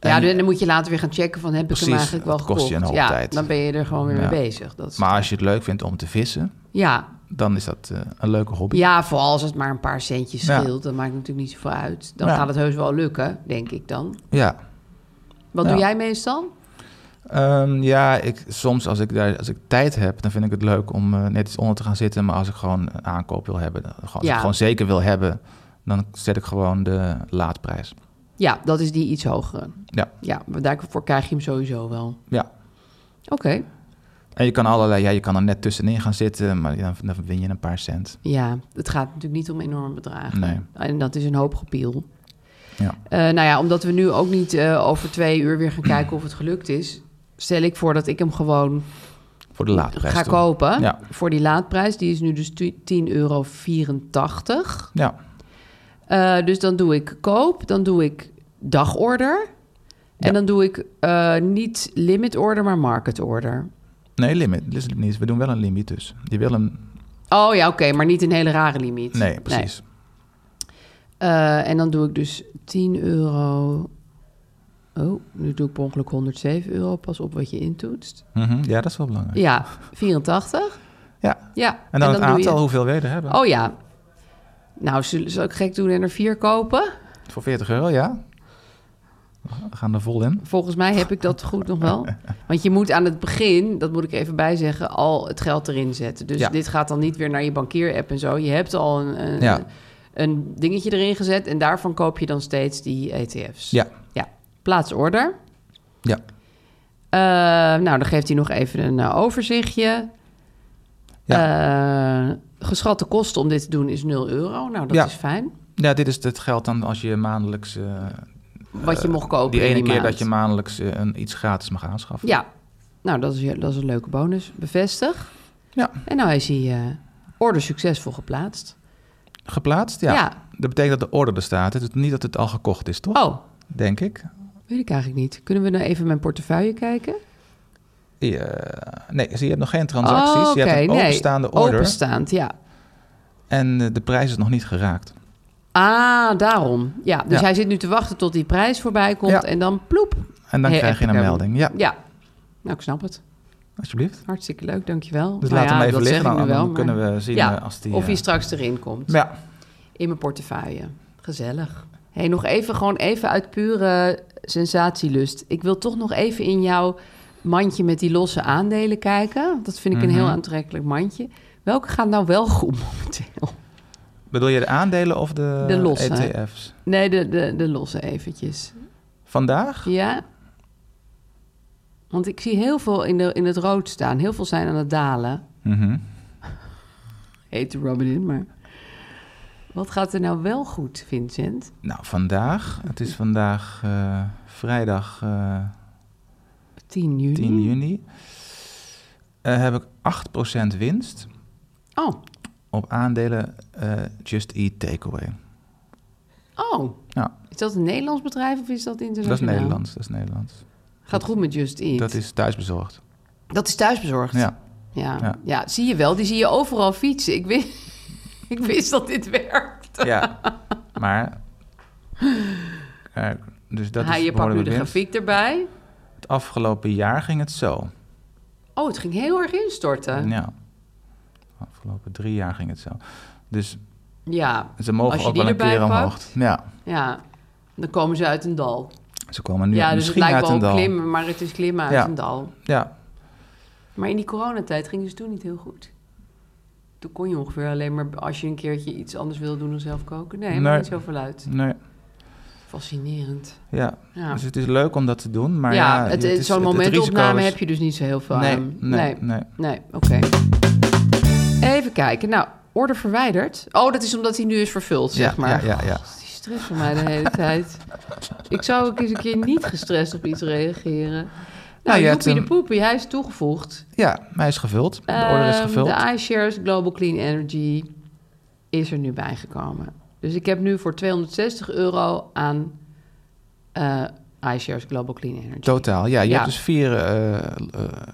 Speaker 3: Ja, dan dan moet je later weer gaan checken van heb ik
Speaker 4: Precies,
Speaker 3: hem eigenlijk wel
Speaker 4: dat kost
Speaker 3: gekocht.
Speaker 4: je een hoop
Speaker 3: ja,
Speaker 4: tijd.
Speaker 3: dan ben je er gewoon weer
Speaker 4: Ja.
Speaker 3: mee bezig. Dat is-
Speaker 4: Maar als je het leuk vindt om te vissen,
Speaker 3: ja.
Speaker 4: dan is dat eh, een leuke hobby.
Speaker 3: ja, vooral als het maar een paar centjes
Speaker 4: Ja.
Speaker 3: scheelt, dat maakt natuurlijk niet zoveel uit. Dan
Speaker 4: Ja.
Speaker 3: gaat het heus wel lukken, denk ik dan.
Speaker 4: Ja.
Speaker 3: Wat
Speaker 4: Ja.
Speaker 3: doe jij meestal?
Speaker 4: Ehm, ja, ik, soms als ik, daar, als ik tijd heb, dan vind ik het leuk om eh, net iets onder te gaan zitten. Maar als ik gewoon een aankoop wil hebben, dan, gewoon, als
Speaker 3: Ja.
Speaker 4: ik gewoon zeker wil hebben, dan zet ik gewoon de laadprijs.
Speaker 3: Ja, dat is die iets hogere.
Speaker 4: Ja,
Speaker 3: Ja, maar daarvoor krijg je hem sowieso wel.
Speaker 4: ja.
Speaker 3: Oké,
Speaker 4: En je kan allerlei, ja, je kan er net tussenin gaan zitten, maar dan, dan win je een paar cent.
Speaker 3: ja. Het gaat natuurlijk niet om enorme bedragen.
Speaker 4: Nee.
Speaker 3: En dat is een hoop gepiel.
Speaker 4: Ja.
Speaker 3: Eh, nou ja, omdat we nu ook niet eh, over twee uur weer gaan kijken of het gelukt is... stel ik voor dat ik hem gewoon
Speaker 4: Voor de laadprijs.
Speaker 3: ga
Speaker 4: toen.
Speaker 3: kopen.
Speaker 4: Ja.
Speaker 3: Voor die laadprijs. Die is nu dus 10,84 euro.
Speaker 4: Ja,
Speaker 3: Eh, dus dan doe ik koop, dan doe ik dagorder. En
Speaker 4: Ja.
Speaker 3: dan doe ik eh, niet limit order, maar market order.
Speaker 4: nee, limit. Dus niet. We doen wel een limiet dus. Je wil hem...
Speaker 3: Oh ja, oké, maar niet een hele rare limiet.
Speaker 4: Nee, precies.
Speaker 3: Eh, en dan doe ik dus 10 euro. Oh, nu doe ik per ongeluk 107 euro. Pas op wat je intoetst.
Speaker 4: Mhm, Ja, dat is wel belangrijk.
Speaker 3: Ja, 84.
Speaker 4: Ja.
Speaker 3: Ja.
Speaker 4: En dan, het
Speaker 3: doe je-
Speaker 4: aantal, hoeveel we er hebben.
Speaker 3: Oh ja. Nou, zullen- zal ik gek doen en er vier kopen?
Speaker 4: Voor 40 euro, ja. We gaan er vol in.
Speaker 3: Volgens mij heb ik dat goed nog wel. Want je moet aan het begin, dat moet ik even bijzeggen, al het geld erin zetten. Dus
Speaker 4: Ja.
Speaker 3: dit gaat dan niet weer naar je bankier-app en zo. Je hebt al een, een,
Speaker 4: Ja.
Speaker 3: een dingetje erin gezet en daarvan koop je dan steeds die ETF's.
Speaker 4: Ja,
Speaker 3: ja. Plaats order.
Speaker 4: ja.
Speaker 3: Eh, nou, dan geeft hij nog even een eh, overzichtje. Eh, geschatte kosten om dit te doen is 0 euro. Nou, dat
Speaker 4: Ja.
Speaker 3: is fijn.
Speaker 4: Ja, dit is het geld dan als je maandelijks... eh,
Speaker 3: Wat je mocht kopen
Speaker 4: die
Speaker 3: in
Speaker 4: ene keer
Speaker 3: maand.
Speaker 4: dat je maandelijks eh, een, iets gratis mag aanschaffen.
Speaker 3: Ja, nou, dat is, dat is een leuke bonus. Bevestig.
Speaker 4: Ja.
Speaker 3: En nou is hij eh, order succesvol geplaatst.
Speaker 4: Geplaatst, ja.
Speaker 3: Ja.
Speaker 4: Dat betekent dat de order er staat. Het is niet dat het al gekocht is, toch?
Speaker 3: Oh,
Speaker 4: Denk ik.
Speaker 3: weet ik eigenlijk niet. Kunnen we nou even mijn portefeuille kijken?
Speaker 4: Ja, nee, dus je hebt nog geen transacties.
Speaker 3: Oh,
Speaker 4: Je
Speaker 3: oké,
Speaker 4: hebt een
Speaker 3: nee.
Speaker 4: openstaande order.
Speaker 3: Openstaand, ja.
Speaker 4: En eh, de prijs is nog niet geraakt.
Speaker 3: Ah, daarom. Ja, dus
Speaker 4: Ja.
Speaker 3: hij zit nu te wachten tot die prijs voorbij komt
Speaker 4: Ja.
Speaker 3: en dan ploep.
Speaker 4: En dan
Speaker 3: Hey,
Speaker 4: krijg je
Speaker 3: app
Speaker 4: een
Speaker 3: ik hem.
Speaker 4: melding. Ja,
Speaker 3: Ja, nou, ik snap het.
Speaker 4: alsjeblieft.
Speaker 3: Hartstikke leuk, dankjewel.
Speaker 4: Dus
Speaker 3: Nou
Speaker 4: laat
Speaker 3: ja,
Speaker 4: hem even
Speaker 3: dat
Speaker 4: liggen.
Speaker 3: zeg ik
Speaker 4: Dan,
Speaker 3: nu
Speaker 4: dan
Speaker 3: wel, maar-
Speaker 4: kunnen we zien
Speaker 3: Ja,
Speaker 4: eh, als die...
Speaker 3: of hij
Speaker 4: eh,
Speaker 3: straks erin komt.
Speaker 4: Ja,
Speaker 3: in mijn portefeuille. Gezellig. Hey, nog even, gewoon even uit pure sensatielust. Ik wil toch nog even in jouw mandje met die losse aandelen kijken. Dat vind ik een heel aantrekkelijk mandje. Welke gaan nou wel goed momenteel?
Speaker 4: bedoel je de aandelen of de, E
Speaker 3: De losse.
Speaker 4: ETF's?
Speaker 3: Nee, de, de, de losse eventjes.
Speaker 4: Vandaag?
Speaker 3: Ja? Want ik zie heel veel in, de, in het rood staan. Heel veel zijn aan het dalen.
Speaker 4: Mhm.
Speaker 3: Heet Robin in, maar... Wat gaat er nou wel goed, Vincent?
Speaker 4: Nou, vandaag. Het is vandaag eh, vrijdag eh,
Speaker 3: 10 juni.
Speaker 4: 10 juni. Eh, heb ik 8% winst
Speaker 3: Oh,
Speaker 4: op aandelen eh, Just Eat Takeaway.
Speaker 3: oh.
Speaker 4: Ja.
Speaker 3: Is dat een Nederlands bedrijf of is dat
Speaker 4: Dat
Speaker 3: internationaal?
Speaker 4: is Nederlands. Dat is Nederlands.
Speaker 3: Gaat goed met Just Eat.
Speaker 4: Dat is thuisbezorgd.
Speaker 3: Dat is thuisbezorgd.
Speaker 4: Ja.
Speaker 3: Ja.
Speaker 4: Ja.
Speaker 3: Ja. zie je wel. Die zie je overal fietsen. Ik wist, ik wist dat dit werkt.
Speaker 4: ja. Maar. eh, dus dat
Speaker 3: Hij
Speaker 4: is
Speaker 3: je pakt nu
Speaker 4: behoorlijke
Speaker 3: de
Speaker 4: winst.
Speaker 3: grafiek erbij.
Speaker 4: Het afgelopen jaar ging het zo.
Speaker 3: Oh, het ging heel erg instorten.
Speaker 4: Ja. Afgelopen drie jaar ging het zo. Dus
Speaker 3: Ja,
Speaker 4: ze mogen
Speaker 3: Als je
Speaker 4: ook
Speaker 3: die
Speaker 4: wel een
Speaker 3: erbij
Speaker 4: keer omhoog.
Speaker 3: pakt.
Speaker 4: Ja.
Speaker 3: ja. Dan komen ze uit een dal.
Speaker 4: Ze komen nu
Speaker 3: Ja, dus het
Speaker 4: misschien
Speaker 3: lijkt
Speaker 4: uit een
Speaker 3: wel
Speaker 4: dal.
Speaker 3: klimmen, maar het is klimmen uit
Speaker 4: Ja.
Speaker 3: een dal.
Speaker 4: Ja.
Speaker 3: Maar in die coronatijd gingen ze toen niet heel goed. Toen kon je ongeveer alleen maar als je een keertje iets anders wilde doen dan zelf koken. Nee, maar
Speaker 4: Nee.
Speaker 3: niet zoveel uit.
Speaker 4: Nee.
Speaker 3: Fascinerend.
Speaker 4: Ja.
Speaker 3: Ja,
Speaker 4: Dus het is leuk om dat te doen, maar ja,
Speaker 3: ja, het- het-
Speaker 4: is-
Speaker 3: zo'n
Speaker 4: het- het
Speaker 3: momentopname
Speaker 4: risico is-
Speaker 3: heb je dus niet zo heel veel
Speaker 4: Nee,
Speaker 3: aan.
Speaker 4: nee, nee.
Speaker 3: Nee, oké. Even kijken. Nou, order verwijderd. Oh, dat is omdat hij nu is vervuld,
Speaker 4: Ja,
Speaker 3: zeg maar.
Speaker 4: ja, ja, ja.
Speaker 3: God, die stress van mij de hele tijd. Ik zou ook eens een keer niet gestrest op iets reageren.
Speaker 4: Nou,
Speaker 3: Nou,
Speaker 4: je
Speaker 3: nou
Speaker 4: hebt
Speaker 3: Joepie de
Speaker 4: hem-
Speaker 3: Poepie, hij is toegevoegd.
Speaker 4: Ja, maar hij is gevuld. De order is
Speaker 3: Ehm,
Speaker 4: gevuld.
Speaker 3: De iShares Global Clean Energy is er nu bijgekomen. Dus ik heb nu voor 260 euro aan eh iShares Global Clean Energy.
Speaker 4: Totaal, ja. Je
Speaker 3: Ja.
Speaker 4: hebt dus vier, eh, eh,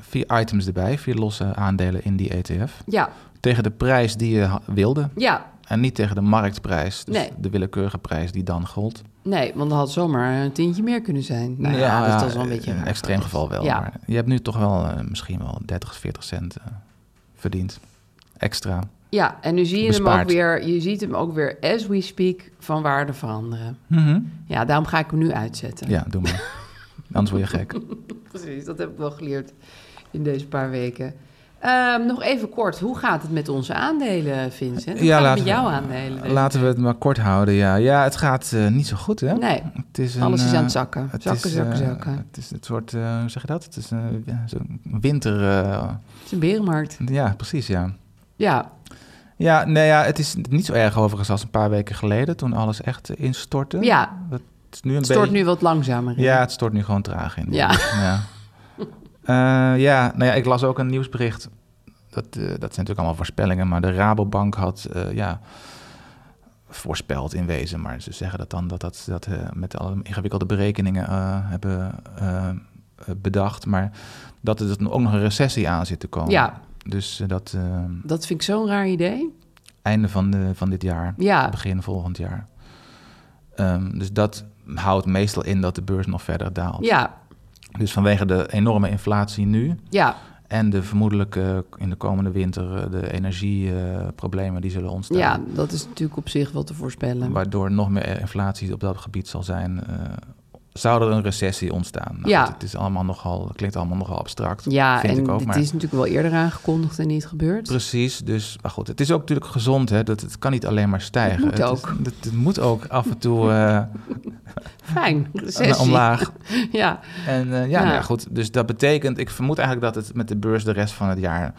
Speaker 4: vier items erbij, vier losse aandelen in die ETF.
Speaker 3: Ja,
Speaker 4: Tegen de prijs die je ha- wilde
Speaker 3: ja.
Speaker 4: en niet tegen de marktprijs. Dus
Speaker 3: Nee.
Speaker 4: de willekeurige prijs die dan gold.
Speaker 3: Nee, want dat had zomaar een tientje meer kunnen zijn. Nou ja,
Speaker 4: Ja,
Speaker 3: dus dat is wel een beetje
Speaker 4: in
Speaker 3: raar.
Speaker 4: extreem geval wel.
Speaker 3: Ja.
Speaker 4: Maar je hebt nu toch wel eh, misschien wel 30, 40 cent eh, verdiend. Extra.
Speaker 3: Ja, en nu zie je hem
Speaker 4: Bespaard.
Speaker 3: ook weer, je ziet hem ook weer as we speak van waarde veranderen. Ja, daarom ga ik hem nu uitzetten.
Speaker 4: Ja, doe maar. Anders word je gek.
Speaker 3: Precies, dat heb ik wel geleerd in deze paar weken. Ehm, nog even kort, hoe gaat het met onze aandelen, Vincent? Hoe gaat het met jouw aandelen? deze
Speaker 4: Laten we het maar kort houden, ja. Ja, het gaat eh, niet zo goed, hè?
Speaker 3: Nee,
Speaker 4: Het is een,
Speaker 3: alles is
Speaker 4: eh,
Speaker 3: aan het zakken. zakken,
Speaker 4: is,
Speaker 3: zakken,
Speaker 4: eh,
Speaker 3: zakken.
Speaker 4: Het is het soort, eh, hoe zeg je dat? Het is eh, ja, zo'n winter... eh,
Speaker 3: Het is een berenmarkt.
Speaker 4: ja, precies, ja.
Speaker 3: Ja,
Speaker 4: Ja, nee, ja, het is niet zo erg overigens als een paar weken geleden... toen alles echt eh, instortte.
Speaker 3: ja
Speaker 4: Dat is nu een
Speaker 3: het stort
Speaker 4: beetje...
Speaker 3: nu wat langzamer in.
Speaker 4: Ja, het stort nu gewoon traag in.
Speaker 3: Ja.
Speaker 4: Ja. Eh, ja, nou ja, ik las ook een nieuwsbericht. Dat, eh, dat zijn natuurlijk allemaal voorspellingen, maar de Rabobank had eh, ja, voorspeld in wezen. Maar ze zeggen dat dan dat dat, dat eh, met alle ingewikkelde berekeningen eh, hebben eh, eh, bedacht. Maar dat er dan ook nog een recessie aan zit te komen.
Speaker 3: Ja.
Speaker 4: Dus eh, dat eh,
Speaker 3: Dat vind ik zo'n raar idee.
Speaker 4: einde van, de, van dit jaar
Speaker 3: Ja,
Speaker 4: begin volgend jaar. Ehm, dus dat houdt meestal in dat de beurs nog verder daalt.
Speaker 3: ja,
Speaker 4: Dus vanwege de enorme inflatie nu
Speaker 3: ja.
Speaker 4: en de vermoedelijke in de komende winter eh, de energieproblemen die zullen ontstaan.
Speaker 3: Ja, dat is natuurlijk op zich wel te voorspellen.
Speaker 4: Waardoor nog meer inflatie op dat gebied zal zijn. eh, zou er een recessie ontstaan? Nou,
Speaker 3: Ja.
Speaker 4: goed, Het is allemaal nogal, het klinkt allemaal nogal abstract.
Speaker 3: ja,
Speaker 4: vind
Speaker 3: en
Speaker 4: ik ook.
Speaker 3: dit
Speaker 4: maar-
Speaker 3: is natuurlijk wel eerder aangekondigd en niet gebeurd.
Speaker 4: Precies, dus maar goed, het is ook natuurlijk gezond, hè? Dat, het kan niet alleen maar stijgen.
Speaker 3: Het moet
Speaker 4: is-
Speaker 3: ook.
Speaker 4: het, het moet ook af en toe eh,
Speaker 3: Fijn, recessie.
Speaker 4: Nou, omlaag.
Speaker 3: Ja,
Speaker 4: En eh, ja,
Speaker 3: Ja.
Speaker 4: nou ja, goed. Dus dat betekent, ik vermoed eigenlijk dat het met de beurs de rest van het jaar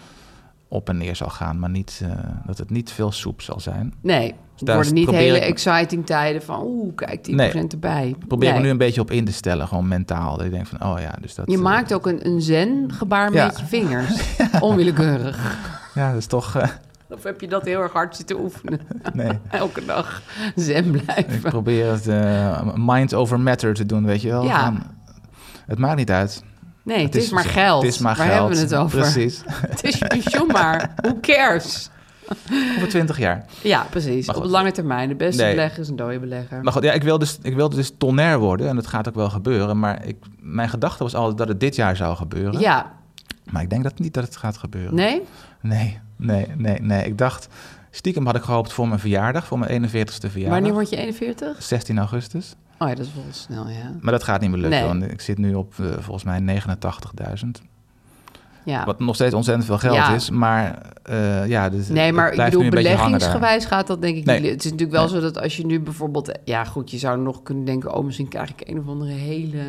Speaker 4: op en neer zal gaan, maar niet, eh, dat het niet veel soep zal zijn.
Speaker 3: nee. Het
Speaker 4: daar
Speaker 3: worden niet
Speaker 4: probeer
Speaker 3: hele
Speaker 4: ik-
Speaker 3: exciting tijden van... oeh, kijk, 10%
Speaker 4: Nee.
Speaker 3: erbij.
Speaker 4: Ik probeer me
Speaker 3: Nee.
Speaker 4: nu een beetje op in te stellen, gewoon mentaal. Dat ik denk van, oh ja, dus dat...
Speaker 3: Je
Speaker 4: eh,
Speaker 3: maakt ook een, een zen-gebaar
Speaker 4: Ja.
Speaker 3: met je vingers. Onwillekeurig.
Speaker 4: Ja, dat is toch... eh,
Speaker 3: Of heb je dat heel erg hard zitten oefenen?
Speaker 4: nee,
Speaker 3: Elke dag zen
Speaker 4: ik
Speaker 3: blijven.
Speaker 4: probeer het eh, mind over matter te doen, weet je wel.
Speaker 3: Ja.
Speaker 4: Gewoon, het maakt niet uit.
Speaker 3: Nee, het is, maar geld.
Speaker 4: Het is maar
Speaker 3: Waar
Speaker 4: geld.
Speaker 3: hebben we het over?
Speaker 4: Precies.
Speaker 3: Het is je pensioen maar. Who cares?
Speaker 4: Over twintig jaar.
Speaker 3: Ja, precies.
Speaker 4: Maar
Speaker 3: Op
Speaker 4: goed.
Speaker 3: lange termijn. De beste
Speaker 4: Nee.
Speaker 3: belegger is een dode belegger.
Speaker 4: Maar goed, ja, ik wilde dus, ik wilde dus tonair worden en dat gaat ook wel gebeuren. Maar ik, mijn gedachte was altijd dat het dit jaar zou gebeuren.
Speaker 3: Ja,
Speaker 4: Maar ik denk dat niet dat het gaat gebeuren.
Speaker 3: nee?
Speaker 4: Nee, nee, nee, nee. Ik dacht, stiekem had ik gehoopt voor mijn verjaardag, voor mijn 41ste verjaardag.
Speaker 3: Wanneer word je 41?
Speaker 4: 16 augustus.
Speaker 3: Oh ja, dat is wel snel, ja.
Speaker 4: Maar dat gaat niet meer lukken,
Speaker 3: Nee.
Speaker 4: want ik zit nu op eh, volgens mij 89.000.
Speaker 3: ja.
Speaker 4: Wat nog steeds ontzettend veel geld
Speaker 3: Ja.
Speaker 4: is, maar eh, ja, dus
Speaker 3: Nee,
Speaker 4: het
Speaker 3: maar ik
Speaker 4: blijft nu
Speaker 3: bedoel,
Speaker 4: een beetje hangen daar.
Speaker 3: beleggingsgewijs gaat dat denk ik
Speaker 4: Nee.
Speaker 3: niet. Het is natuurlijk wel zo dat eh, als je nu bijvoorbeeld... Ja, goed, je zou nog kunnen denken... oh, misschien krijg ik een of andere hele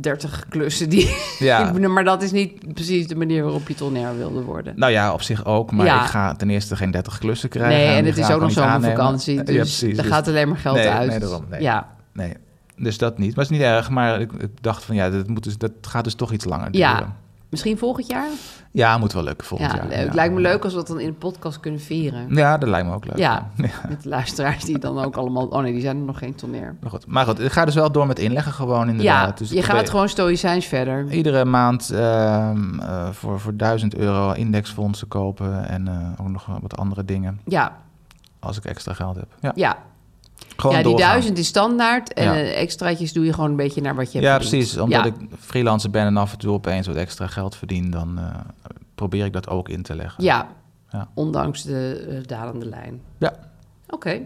Speaker 3: 30 klussen die...
Speaker 4: Ja.
Speaker 3: maar dat is niet precies de manier waarop je tonair wilde worden.
Speaker 4: Nou ja, op zich ook. Maar
Speaker 3: Ja.
Speaker 4: ik ga ten eerste geen 30 klussen krijgen.
Speaker 3: nee, en
Speaker 4: die
Speaker 3: het is
Speaker 4: ga ik
Speaker 3: ook nog
Speaker 4: niet aannemen.
Speaker 3: zomervakantie. Dus
Speaker 4: Ja, precies.
Speaker 3: daar
Speaker 4: Dus-
Speaker 3: gaat alleen maar geld
Speaker 4: Nee,
Speaker 3: uit.
Speaker 4: nee, daarom, nee.
Speaker 3: Ja,
Speaker 4: Nee, dus dat niet. Maar het is niet erg. Maar ik, ik dacht van ja, dat, moet dus, dat gaat dus toch iets langer
Speaker 3: ja.
Speaker 4: duren.
Speaker 3: Misschien volgend jaar?
Speaker 4: Ja, moet wel lukken volgend
Speaker 3: ja,
Speaker 4: jaar.
Speaker 3: leuk.
Speaker 4: Ja. Nou.
Speaker 3: Lijkt me leuk als we dat dan in de podcast kunnen veren.
Speaker 4: Ja, dat lijkt me ook leuk.
Speaker 3: Ja,
Speaker 4: ja.
Speaker 3: met de luisteraars die dan ook allemaal... Oh nee, die zijn er nog geen toneer.
Speaker 4: Maar goed, maar goed, ik ga dus wel door met inleggen gewoon inderdaad.
Speaker 3: Ja,
Speaker 4: dus
Speaker 3: je
Speaker 4: ik
Speaker 3: gaat
Speaker 4: probeer
Speaker 3: gewoon stoïcijns verder.
Speaker 4: Iedere maand ehm, eh, voor, voor 1000 euro indexfondsen kopen en eh, ook nog wat andere dingen
Speaker 3: Ja,
Speaker 4: als ik extra geld heb. Ja,
Speaker 3: ja.
Speaker 4: gewoon
Speaker 3: ja, die
Speaker 4: doorgaan.
Speaker 3: duizend is standaard. En
Speaker 4: Ja.
Speaker 3: eh, extraatjes doe je gewoon een beetje naar wat je hebt
Speaker 4: Ja,
Speaker 3: verdiend.
Speaker 4: precies. Omdat
Speaker 3: Ja.
Speaker 4: ik freelancer ben en af en toe opeens wat extra geld verdien, dan eh, probeer ik dat ook in te leggen.
Speaker 3: Ja,
Speaker 4: Ja.
Speaker 3: ondanks de eh, dalende lijn.
Speaker 4: Ja.
Speaker 3: Oké.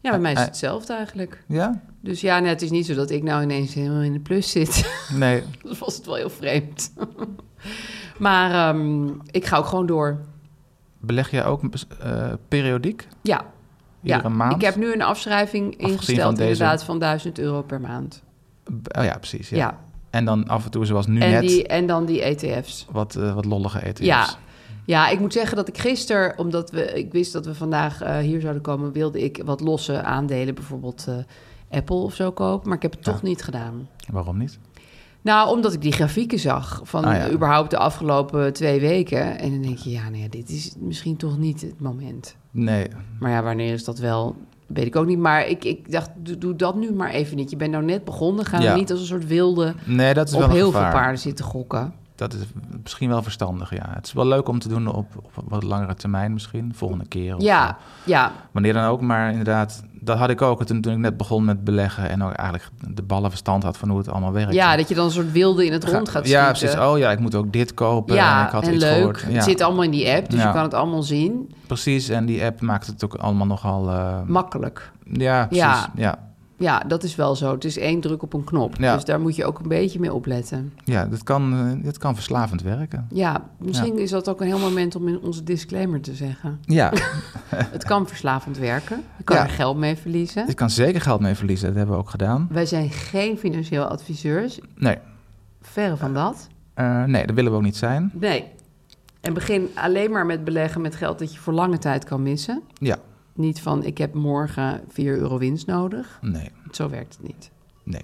Speaker 3: Ja, bij mij is
Speaker 4: eh.
Speaker 3: het hetzelfde eigenlijk.
Speaker 4: Ja?
Speaker 3: Dus ja, net het is niet zo dat ik nou ineens helemaal in de plus zit.
Speaker 4: Nee.
Speaker 3: dat was het wel heel vreemd. maar ehm, ik ga ook gewoon door.
Speaker 4: Beleg jij ook eh, periodiek?
Speaker 3: Ja.
Speaker 4: Iedere
Speaker 3: ja.
Speaker 4: maand?
Speaker 3: Ik heb nu een afschrijving
Speaker 4: van
Speaker 3: ingesteld,
Speaker 4: deze.
Speaker 3: inderdaad, van 1000 euro per maand.
Speaker 4: B- Oh ja, precies. Ja.
Speaker 3: Ja.
Speaker 4: En dan af en toe, zoals nu
Speaker 3: En,
Speaker 4: net,
Speaker 3: die, en dan die E ETF's.
Speaker 4: wat, eh, wat lollige eten.
Speaker 3: Ja. ja, ik moet zeggen dat ik gisteren, omdat we, ik wist dat we vandaag eh, hier zouden komen, wilde ik wat losse aandelen, bijvoorbeeld eh, Apple of zo kopen. Maar ik heb het toch niet gedaan.
Speaker 4: Waarom niet?
Speaker 3: Nou, omdat ik die grafieken zag van
Speaker 4: Ah, ja.
Speaker 3: überhaupt de afgelopen twee weken. En dan denk je, ja, nou ja, dit is misschien toch niet het moment.
Speaker 4: Nee.
Speaker 3: Maar ja, wanneer is dat wel? Weet ik ook niet. Maar ik, ik dacht, doe, doe dat nu maar even niet. Je bent nou net begonnen. Ga
Speaker 4: Ja.
Speaker 3: nou niet als een soort wilde
Speaker 4: Nee, dat is wel
Speaker 3: op
Speaker 4: een
Speaker 3: heel
Speaker 4: gevaar.
Speaker 3: veel paarden zitten gokken.
Speaker 4: Dat is misschien wel verstandig, ja. Het is wel leuk om te doen op, op wat langere termijn misschien. Volgende keer of
Speaker 3: Ja, ja.
Speaker 4: wanneer dan ook. Maar inderdaad, dat had ik ook toen, toen ik net begon met beleggen... en ook eigenlijk de ballen verstand had van hoe het allemaal werkt.
Speaker 3: Ja, dat je dan een soort wilde in het rond gaat schieten.
Speaker 4: Ja, precies. Oh ja, ik moet ook dit kopen. en
Speaker 3: ja,
Speaker 4: ik had
Speaker 3: en
Speaker 4: iets
Speaker 3: leuk.
Speaker 4: gehoord. Ja,
Speaker 3: Het zit allemaal in die app, dus
Speaker 4: Ja.
Speaker 3: je kan het allemaal zien.
Speaker 4: Precies, en die app maakt het ook allemaal nogal... eh,
Speaker 3: Makkelijk.
Speaker 4: ja, precies. Ja.
Speaker 3: Ja.
Speaker 4: Ja.
Speaker 3: Ja, dat is wel zo. Het is één druk op een knop.
Speaker 4: Ja.
Speaker 3: Dus daar moet je ook een beetje mee opletten.
Speaker 4: dat, kan, eh, dat kan verslavend werken.
Speaker 3: Ja, misschien is dat ook een heel moment om in onze disclaimer te zeggen.
Speaker 4: Ja,
Speaker 3: Het kan verslavend werken. Je kan
Speaker 4: Ja.
Speaker 3: er geld mee verliezen.
Speaker 4: je kan zeker geld mee verliezen. Dat hebben we ook gedaan.
Speaker 3: Wij zijn geen financieel adviseurs.
Speaker 4: Nee,
Speaker 3: Verre van dat.
Speaker 4: eh, nee dat willen we ook niet zijn.
Speaker 3: Nee. En begin alleen maar met beleggen met geld dat je voor lange tijd kan missen.
Speaker 4: Ja,
Speaker 3: Niet van ik heb morgen 4 euro winst nodig.
Speaker 4: nee,
Speaker 3: Zo werkt het niet.
Speaker 4: nee.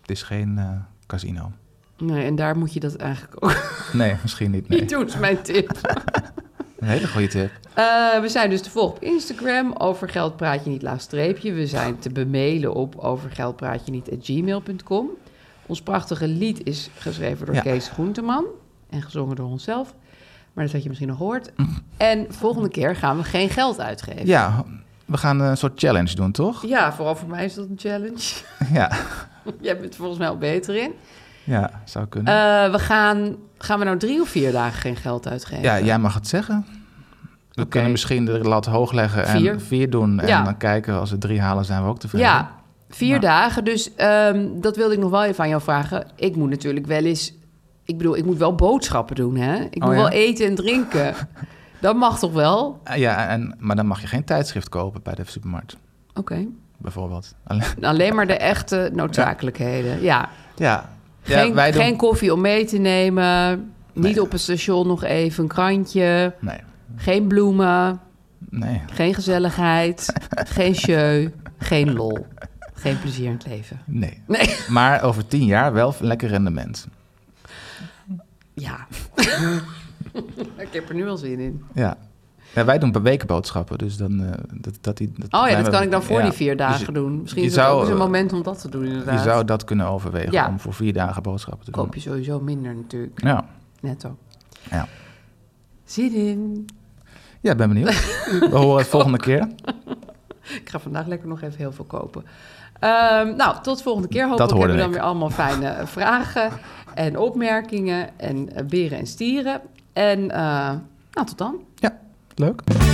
Speaker 4: Het is geen eh, casino.
Speaker 3: Nee, en daar moet je dat eigenlijk ook
Speaker 4: Nee, misschien niet.
Speaker 3: niet
Speaker 4: Nee.
Speaker 3: doen, is mijn tip.
Speaker 4: Een hele goede tip.
Speaker 3: Eh, we zijn dus te volgen op Instagram. Over geld praat je niet, laag streepje. We zijn te bemailen op overgeldpraatje niet gmail.com. Ons prachtige lied is geschreven door
Speaker 4: Ja.
Speaker 3: Kees Groenteman. En gezongen door onszelf. Maar dat had je misschien nog gehoord. En volgende keer gaan we geen geld uitgeven.
Speaker 4: Mm. Ja, we gaan een soort challenge doen, toch?
Speaker 3: Ja, vooral voor mij is dat een challenge.
Speaker 4: Ja,
Speaker 3: Jij bent er volgens mij al beter in.
Speaker 4: ja zou kunnen.
Speaker 3: Eh, we gaan, gaan we nou drie of vier dagen geen geld uitgeven?
Speaker 4: ja, jij mag het zeggen. We
Speaker 3: Oké.
Speaker 4: kunnen misschien de lat hoog leggen en vier,
Speaker 3: Vier.
Speaker 4: doen. En
Speaker 3: Ja.
Speaker 4: dan kijken, als we drie halen, zijn we ook tevreden.
Speaker 3: Ja, vier
Speaker 4: Ja. Nou.
Speaker 3: dagen. Dus ehm, dat wilde ik nog wel even aan jou vragen. Ik moet natuurlijk wel eens... Ik bedoel, ik moet wel boodschappen doen, hè? Ik
Speaker 4: Oh,
Speaker 3: moet
Speaker 4: ja?
Speaker 3: wel eten en drinken. dat mag toch wel?
Speaker 4: Eh, ja en, maar dan mag je geen tijdschrift kopen bij de supermarkt,
Speaker 3: Oké.
Speaker 4: bijvoorbeeld. Alleen-
Speaker 3: Alleen maar de echte noodzakelijkheden, ja.
Speaker 4: ja.
Speaker 3: Geen,
Speaker 4: ja, wij doen...
Speaker 3: geen koffie om mee te nemen. Niet
Speaker 4: Nee.
Speaker 3: op het station nog even een krantje.
Speaker 4: Nee,
Speaker 3: Geen bloemen.
Speaker 4: nee.
Speaker 3: Geen gezelligheid. geen show. Geen lol. Geen plezier in het leven.
Speaker 4: Nee.
Speaker 3: Nee.
Speaker 4: Maar over tien jaar wel een lekker rendement.
Speaker 3: Ja. ik heb er nu al zin in.
Speaker 4: Ja. Ja, wij doen per week boodschappen, dus dan... eh, dat, dat, die, dat
Speaker 3: Oh ja,
Speaker 4: wij-
Speaker 3: dat kan ik dan voor
Speaker 4: ja.
Speaker 3: die vier
Speaker 4: Dus
Speaker 3: dagen
Speaker 4: je-
Speaker 3: doen. Misschien
Speaker 4: je
Speaker 3: is het
Speaker 4: zou,
Speaker 3: ook eens een
Speaker 4: eh,
Speaker 3: moment om dat te doen, inderdaad.
Speaker 4: Je zou dat kunnen overwegen
Speaker 3: Ja.
Speaker 4: om voor vier dagen boodschappen te doen.
Speaker 3: Koop je sowieso minder natuurlijk,
Speaker 4: Ja.
Speaker 3: netto.
Speaker 4: Ja.
Speaker 3: Zin in.
Speaker 4: ja, ben benieuwd. We horen het volgende keer.
Speaker 3: Ik ga vandaag lekker nog even heel veel kopen. Ehm, nou, tot volgende keer. Hopelijk
Speaker 4: hoorde
Speaker 3: hebben we dan
Speaker 4: ik.
Speaker 3: weer allemaal fijne eh, vragen en opmerkingen en eh, beren en stieren. En eh, nou, tot dan.
Speaker 4: Ja, leuk.